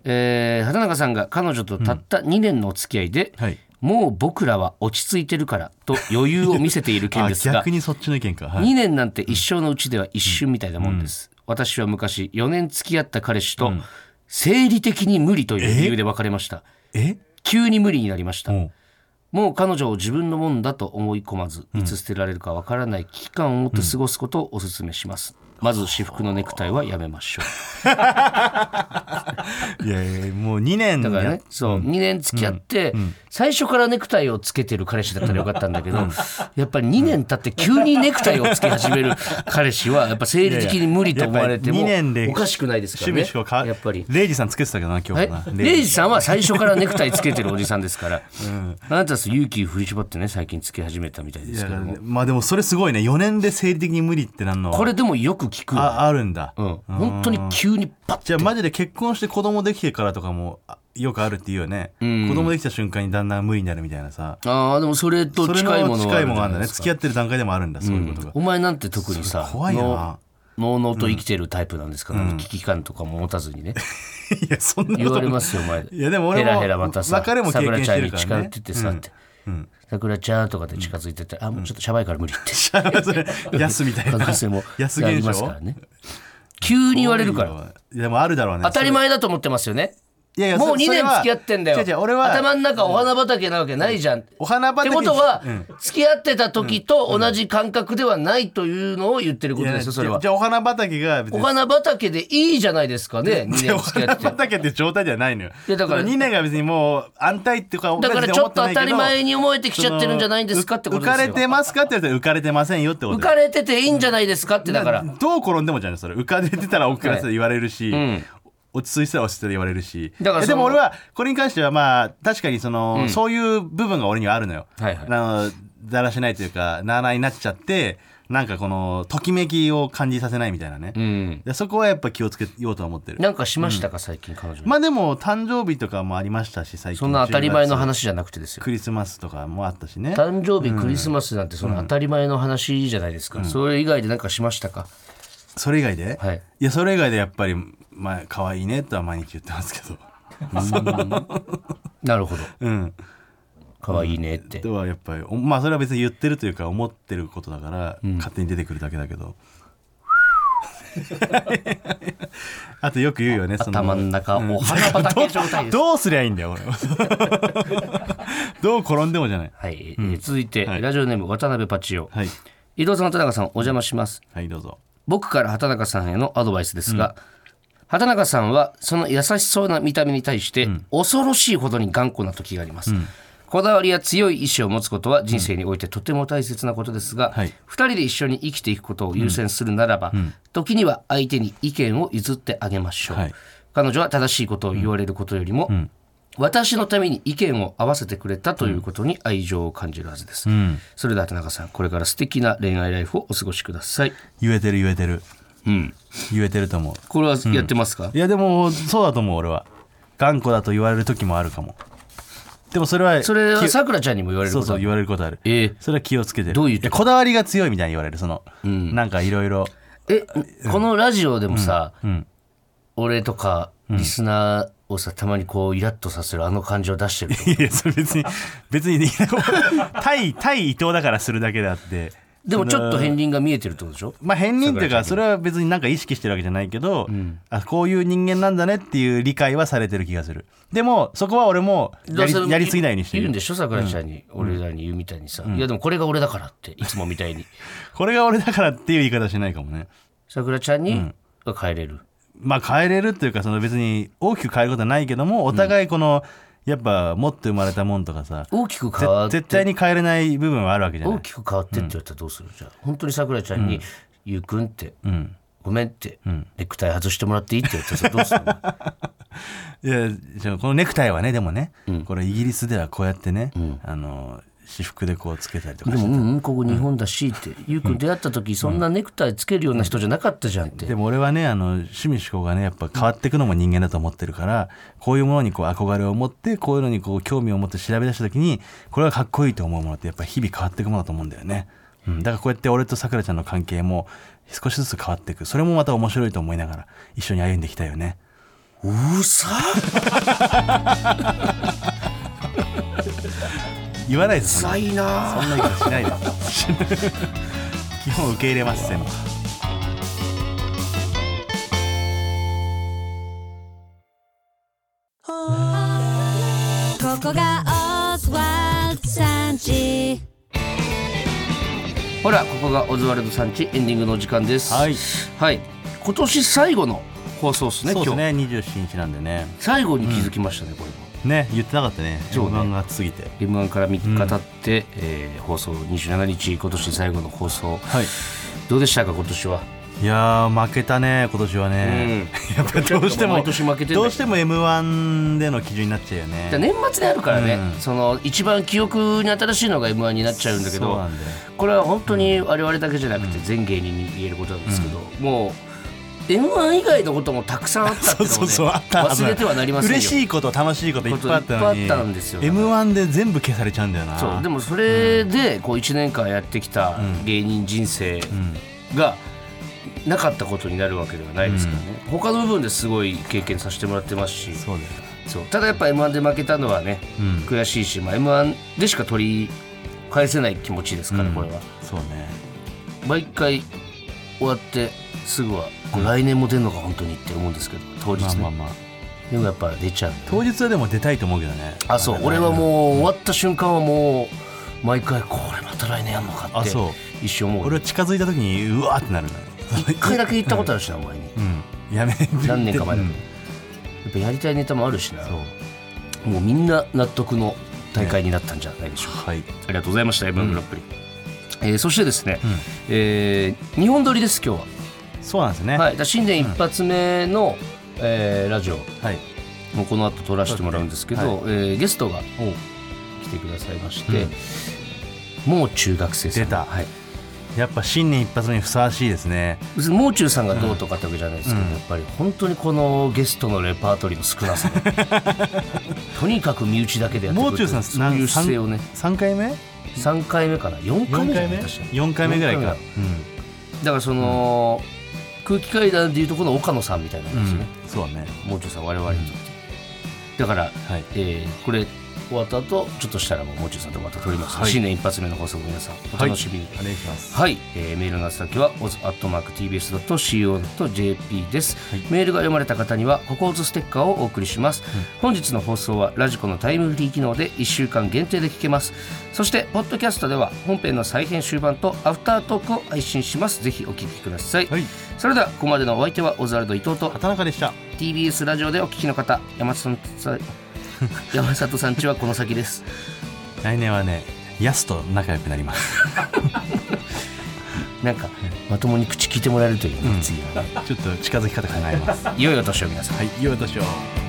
[SPEAKER 2] えー畑中さんが彼女とたった2年のお付き合いで、
[SPEAKER 3] はい
[SPEAKER 2] もう僕らは落ち着いてるからと余裕を見せている件
[SPEAKER 3] <laughs> あ
[SPEAKER 2] ですが
[SPEAKER 3] 逆にそっちの意見か、はい
[SPEAKER 2] 2年なんて一生のうちでは一瞬みたいなもんです、私は昔4年付き合った彼氏と生理的に無理という理由で別れました
[SPEAKER 3] え
[SPEAKER 2] 急に無理になりました、
[SPEAKER 3] うん
[SPEAKER 2] もう彼女を自分のもんだと思い込まずいつ捨てられるかわからない危機感を持って過ごすことをお勧めします、まず私服のネクタイはやめましょう
[SPEAKER 3] いやいやもう2年
[SPEAKER 2] だから
[SPEAKER 3] や
[SPEAKER 2] ねそう2年付き合って最初からネクタイをつけてる彼氏だったらよかったんだけどやっぱり2年経って急にネクタイをつけ始める彼氏はやっぱ生理的に無理と思われて
[SPEAKER 3] い
[SPEAKER 2] も
[SPEAKER 3] やいややっぱり二年で
[SPEAKER 2] おかしくないですか
[SPEAKER 3] 趣
[SPEAKER 2] ら
[SPEAKER 3] 味
[SPEAKER 2] ね
[SPEAKER 3] しか変わ
[SPEAKER 2] やっぱり
[SPEAKER 3] レイジさんつけてたけどな今日
[SPEAKER 2] え
[SPEAKER 3] な
[SPEAKER 2] レイジさんは最初からネクタイつけてるおじさんですから、あなたは勇気振り絞ってね最近つけ始めたみたいで
[SPEAKER 3] い
[SPEAKER 2] す
[SPEAKER 3] や
[SPEAKER 2] けども
[SPEAKER 3] まあでもそれすごいね4年で生理的に無理ってなんのは
[SPEAKER 2] これでもよく聞くよ
[SPEAKER 3] ああるんだ、
[SPEAKER 2] うん、本当に急にパッ
[SPEAKER 3] じゃあマジで結婚して子供できてからとかもあよくあるっていうよね、子供できた瞬間にだんだん無理になるみたいなさ
[SPEAKER 2] ああでもそれと
[SPEAKER 3] それ
[SPEAKER 2] 近いも
[SPEAKER 3] の
[SPEAKER 2] の
[SPEAKER 3] 近いものがあ
[SPEAKER 2] る
[SPEAKER 3] るんだね付き合ってる段階でもあるんだそういうこ
[SPEAKER 2] <laughs>
[SPEAKER 3] とが、
[SPEAKER 2] お前なんて特にさ
[SPEAKER 3] それ怖いな
[SPEAKER 2] ののうのうと生きてるタイプなんですから、危機感とかも持たずにね
[SPEAKER 3] いやそんなこと
[SPEAKER 2] 言われますよお前
[SPEAKER 3] <laughs> いやでも俺も
[SPEAKER 2] ヘラヘラまたさ
[SPEAKER 3] 別れも経験してる
[SPEAKER 2] 桜ちゃん
[SPEAKER 3] からね
[SPEAKER 2] に近寄ってって
[SPEAKER 3] <laughs>
[SPEAKER 2] さって、桜ちゃんとかで近づいてって、あもうちょっとシャバいから無理って
[SPEAKER 3] それ
[SPEAKER 2] <laughs>
[SPEAKER 3] 安みたい
[SPEAKER 2] 可
[SPEAKER 3] な
[SPEAKER 2] 能性も
[SPEAKER 3] 安
[SPEAKER 2] あ
[SPEAKER 3] 現
[SPEAKER 2] り
[SPEAKER 3] 象
[SPEAKER 2] ますからね急に言われるから
[SPEAKER 3] いやでもあるだろうね
[SPEAKER 2] 当たり前だと思ってますよね
[SPEAKER 3] いやいや
[SPEAKER 2] もう
[SPEAKER 3] そ
[SPEAKER 2] 2
[SPEAKER 3] それ
[SPEAKER 2] 年
[SPEAKER 3] は
[SPEAKER 2] 付き合ってんだよ
[SPEAKER 3] 違う違う俺は
[SPEAKER 2] 頭の中お花畑なわけないじゃん、
[SPEAKER 3] お花畑
[SPEAKER 2] ってことは、
[SPEAKER 3] うん
[SPEAKER 2] 付き合ってた時と同じ感覚ではないというのを言ってることですよそれ
[SPEAKER 3] いや
[SPEAKER 2] は
[SPEAKER 3] じゃあお花畑が別
[SPEAKER 2] お
[SPEAKER 3] に
[SPEAKER 2] 花畑でいいじゃないですかね2
[SPEAKER 3] い
[SPEAKER 2] 年
[SPEAKER 3] やお
[SPEAKER 2] 付き合
[SPEAKER 3] 花
[SPEAKER 2] って
[SPEAKER 3] 畑って状態じゃないのよ
[SPEAKER 2] いやだから
[SPEAKER 3] 2年が別にもう安泰っていうか
[SPEAKER 2] だからちょっと当たり前
[SPEAKER 3] に
[SPEAKER 2] に思えてきちゃってるんじゃないんですかってことです
[SPEAKER 3] 浮
[SPEAKER 2] よ
[SPEAKER 3] かれてますかって言われたら浮かれてませんよってこと
[SPEAKER 2] 浮かれてていいんじゃないですかってだから
[SPEAKER 3] どう転んでもじゃないそれ浮かれてたら遅らせて言われるし、
[SPEAKER 2] ん
[SPEAKER 3] 落ち着いてたら落ち着いて言われるし
[SPEAKER 2] だから
[SPEAKER 3] え
[SPEAKER 2] その
[SPEAKER 3] でも俺はこれに関してはまあ確かにその、そういう部分が俺にはあるのよ、
[SPEAKER 2] はいはい
[SPEAKER 3] あのだらしないというかなあなあになっちゃってなんかこのときめきを感じさせないみたいなね、
[SPEAKER 2] うん
[SPEAKER 3] でそこはやっぱ気をつけようとは思ってる
[SPEAKER 2] なんかしましたか最近彼女に
[SPEAKER 3] まあでも誕生日とかもありましたし最近
[SPEAKER 2] そんな当たり前の
[SPEAKER 3] 10
[SPEAKER 2] 話じゃなくてですよ
[SPEAKER 3] 月クリスマスとかもあったしね
[SPEAKER 2] 誕生日クリスマスなんてその当たり前の話じゃないですか、それ以外で何かしましたか、
[SPEAKER 3] それ以外で、
[SPEAKER 2] はい
[SPEAKER 3] やそれ以外でやっぱりまあ可愛いねとは毎日言ってますけど
[SPEAKER 2] なるほど
[SPEAKER 3] うん
[SPEAKER 2] 可愛いねって、
[SPEAKER 3] ではやっぱりおまあそれは別に言ってるというか思ってることだから、勝手に出てくるだけだけど <laughs> あとよく言うよねその
[SPEAKER 2] 頭の中お花畑状態です。
[SPEAKER 3] どうすりゃいいんだよ
[SPEAKER 2] <laughs>
[SPEAKER 3] 俺どう転んでもじゃない
[SPEAKER 2] はい、えー続いて、
[SPEAKER 3] はい
[SPEAKER 2] ラジオネーム渡辺パチオ、
[SPEAKER 3] はい
[SPEAKER 2] 伊藤さん畑中さんお邪魔します
[SPEAKER 3] はいどうぞ
[SPEAKER 2] 僕から畑中さんへのアドバイスですが、畑中さんはその優しそうな見た目に対して恐ろしいほどに頑固な時があります、こだわりや強い意志を持つことは人生においてとても大切なことですが、
[SPEAKER 3] はい
[SPEAKER 2] 2人で一緒に生きていくことを優先するならば、時には相手に意見を譲ってあげましょう、
[SPEAKER 3] はい
[SPEAKER 2] 彼女は正しいことを言われることよりも、私のために意見を合わせてくれたということに愛情を感じるはずです、それでは田中さんこれから素敵な恋愛ライフをお過ごしください、
[SPEAKER 3] 言えてる言えてる
[SPEAKER 2] うん、
[SPEAKER 3] 言えてると思う
[SPEAKER 2] これはやってますか、
[SPEAKER 3] いやでもそうだと思う俺は頑固だと言われる時もあるかもでもそれは
[SPEAKER 2] それは
[SPEAKER 3] き
[SPEAKER 2] さくらちゃんにも言われる
[SPEAKER 3] そ
[SPEAKER 2] こ
[SPEAKER 3] う
[SPEAKER 2] と
[SPEAKER 3] そう
[SPEAKER 2] だ
[SPEAKER 3] 言われることある
[SPEAKER 2] ええ
[SPEAKER 3] それは気をつけてる
[SPEAKER 2] どういう時
[SPEAKER 3] やこだわりが強いみたいに言われるその、なんかいろいろ
[SPEAKER 2] えこのラジオでもさ、
[SPEAKER 3] うん
[SPEAKER 2] 俺とかリスナーをさたまにこうイラッとさせるあの感じを出してると思う
[SPEAKER 3] いやそれ別に別に <laughs> 対対伊藤だからするだけであって
[SPEAKER 2] <laughs> でもちょっと片鱗が見えてるってことでしょ
[SPEAKER 3] まあ変人というかそれは別になんか意識してるわけじゃないけど、あこういう人間なんだねっていう理解はされてる気がするでもそこは俺もや
[SPEAKER 2] どう
[SPEAKER 3] り
[SPEAKER 2] せ
[SPEAKER 3] やりすぎないようにして
[SPEAKER 2] 言う
[SPEAKER 3] る
[SPEAKER 2] んでしょさくらちゃんに、俺らに言うみたいにさ、いやでもこれが俺だからっていつもみたいに
[SPEAKER 3] これが俺だからっていう言い方しないかもね
[SPEAKER 2] さくらちゃんには帰れる、
[SPEAKER 3] まあ変えれるっていうかその別に大きく変えることはないけどもお互いこの、やっぱ持って生まれたもんとかさ
[SPEAKER 2] 大きく変わ
[SPEAKER 3] ぜ
[SPEAKER 2] って
[SPEAKER 3] 絶対に変えれない部分はあるわけじゃな
[SPEAKER 2] 大
[SPEAKER 3] い
[SPEAKER 2] きく変わってって言われたらどうする、じゃあ本当にさくらちゃんに、ゆうくんって、ごめんって、ネクタイ外してもらっていいって言われたらどうするの
[SPEAKER 3] いやじゃあこのネクタイはねでもね、これイギリスではこうやってね、あの私服でこうつけたりとか
[SPEAKER 2] で <laughs>
[SPEAKER 3] し
[SPEAKER 2] も
[SPEAKER 3] て
[SPEAKER 2] うんうんここ日本だしって、ゆうくん出会った時そんなネクタイつけるような人じゃなかったじゃんって、
[SPEAKER 3] でも俺はねあの趣味思考がねやっぱ変わっていくのも人間だと思ってるからこういうものにこう憧れを持ってこういうのにこう興味を持って調べ出した時にこれがかっこいいと思うものってやっぱ日々変わっていくものだと思うんだよね、うん、だからこうやって俺とさくらちゃんの関係も少しずつ変わっていくそれもまた面白いと思いながら一緒に歩んできたよね
[SPEAKER 2] うさ
[SPEAKER 3] 言わないですそんな
[SPEAKER 2] 臭いな
[SPEAKER 3] そんな言い方しないです <laughs> 基本受け入れます全部
[SPEAKER 4] ここがオズワルドさんち
[SPEAKER 2] ほらここがオズワルドさんちエンディングのお時間です
[SPEAKER 3] はい
[SPEAKER 2] はい今年最後の放送ですね
[SPEAKER 3] そうで
[SPEAKER 2] 今
[SPEAKER 3] す
[SPEAKER 2] 日
[SPEAKER 3] ね27日なんでね
[SPEAKER 2] 最後に気づきましたね、これも
[SPEAKER 3] ね言ってなかったね
[SPEAKER 2] そうね
[SPEAKER 3] M1 が過ぎて
[SPEAKER 2] m 1から3日経って、えー放送27日今年最後の放送
[SPEAKER 3] はい
[SPEAKER 2] どうでしたか今年は、
[SPEAKER 3] いやー負けたね今年はね、やっぱどうしても
[SPEAKER 2] 毎年負けてんだけど
[SPEAKER 3] どうしても m 1での基準になっちゃうよね
[SPEAKER 2] じゃあ年末であるからね、
[SPEAKER 3] うん
[SPEAKER 2] その一番記憶に新しいのが m 1になっちゃうんだけ
[SPEAKER 3] そう
[SPEAKER 2] ど
[SPEAKER 3] なんだよ
[SPEAKER 2] これは本当に我々だけじゃなくて全芸人に言えることなんですけど、もう m 1以外のこともたくさんあったって
[SPEAKER 3] そ
[SPEAKER 2] いううの
[SPEAKER 3] そ
[SPEAKER 2] をね
[SPEAKER 3] うそうあったはず
[SPEAKER 2] 忘れてはなりませんよ
[SPEAKER 3] 嬉しいこと楽しいこといっぱいあったのに
[SPEAKER 2] こといっぱいあったんですよ
[SPEAKER 3] m 1で全部消されちゃうんだよな
[SPEAKER 2] そうでもそれでこう1年間やってきた芸人人生がなかったことになるわけではないですからね、他の部分ですごい経験させてもらってますし
[SPEAKER 3] そうだよ
[SPEAKER 2] そうただやっぱ m 1で負けたのはね、
[SPEAKER 3] うん
[SPEAKER 2] 悔しいし、まあ、m 1でしか取り返せない気持ちですから、
[SPEAKER 3] うん
[SPEAKER 2] これは
[SPEAKER 3] そうね
[SPEAKER 2] 毎回終わってすぐはこう来年も出るのか本当にって思うんですけど当日
[SPEAKER 3] まあ
[SPEAKER 2] ね、
[SPEAKER 3] まあまあ
[SPEAKER 2] でもやっぱ出ちゃう
[SPEAKER 3] 当日はでも出たいと思うけどね
[SPEAKER 2] あそう俺はもう終わった瞬間はもう毎回これまた来年やんのか
[SPEAKER 3] あ
[SPEAKER 2] って
[SPEAKER 3] そ
[SPEAKER 2] 一瞬思う
[SPEAKER 3] 俺は近づいた時にうわーってなるんだよ
[SPEAKER 2] 一回だけ行ったことあるしなお前に
[SPEAKER 3] うんやめて
[SPEAKER 2] 何年か前だ
[SPEAKER 3] うん
[SPEAKER 2] けどやっぱやりたいネタもあるしな
[SPEAKER 3] そう
[SPEAKER 2] もうみんな納得の大会になったんじゃないでしょうか、
[SPEAKER 3] はい
[SPEAKER 2] ありがとうございました m 1グランプリ、えーそしてですね、えー日本撮りです今日は、
[SPEAKER 3] そうなんですね
[SPEAKER 2] はい、だから新年一発目の、えーラジオ
[SPEAKER 3] はい
[SPEAKER 2] もうこの後撮らせてもらうんですけど、えーゲストが来てくださいまして、もう中学生さん
[SPEAKER 3] 出た
[SPEAKER 2] はい、
[SPEAKER 3] やっぱ新年一発目にふさわしいですね
[SPEAKER 2] 別にもう中さんがどうとかってわけじゃないですけど、やっぱり本当にこのゲストのレパートリーの少なさね
[SPEAKER 3] <laughs>
[SPEAKER 2] とにかく身内だけでやって
[SPEAKER 3] も
[SPEAKER 2] く
[SPEAKER 3] う
[SPEAKER 2] れ
[SPEAKER 3] 中
[SPEAKER 2] て
[SPEAKER 3] さん
[SPEAKER 2] そういう姿勢をね
[SPEAKER 3] 3回目
[SPEAKER 2] 3回目かな4回目じゃ
[SPEAKER 3] 4回
[SPEAKER 2] ない
[SPEAKER 3] 目
[SPEAKER 2] 確か
[SPEAKER 3] 4回目ぐらい
[SPEAKER 2] 四
[SPEAKER 3] か
[SPEAKER 2] 回だからその、空気階段でいうとこの岡野さんみたいな
[SPEAKER 3] うんん
[SPEAKER 2] ですよね、
[SPEAKER 3] うんそうだね
[SPEAKER 2] もう中さん我々にとって、だから、
[SPEAKER 3] はい
[SPEAKER 2] えーこれ終わった後ちょっとしたらもうもう中さんとまた撮ります、
[SPEAKER 3] はい
[SPEAKER 2] 新年一発目の放送も皆さんお楽しみに、
[SPEAKER 3] お願いします
[SPEAKER 2] はい、えーメールの宛先は oz.tbs.co.jp です、
[SPEAKER 3] はい
[SPEAKER 2] メールが読まれた方にはココーズステッカーをお送りします、本日の放送はラジコのタイムフリー機能で1週間限定で聞けますそしてポッドキャストでは本編の再編集版とアフタートークを配信しますぜひお聞きください、
[SPEAKER 3] はい
[SPEAKER 2] それではここまでのお相手はオズワルド伊藤と
[SPEAKER 3] 畑中でした
[SPEAKER 2] TBS ラジオでお聞きの方山里さ
[SPEAKER 3] <laughs>
[SPEAKER 2] ん山里さんちはこの先です
[SPEAKER 3] 来年はねヤスと仲良くなります
[SPEAKER 2] <laughs> なんかまともに口聞いてもらえるといいね、次はね
[SPEAKER 3] ちょっと近づき方考えます。
[SPEAKER 2] いよいよ年を皆さん
[SPEAKER 3] はい、良いお年を。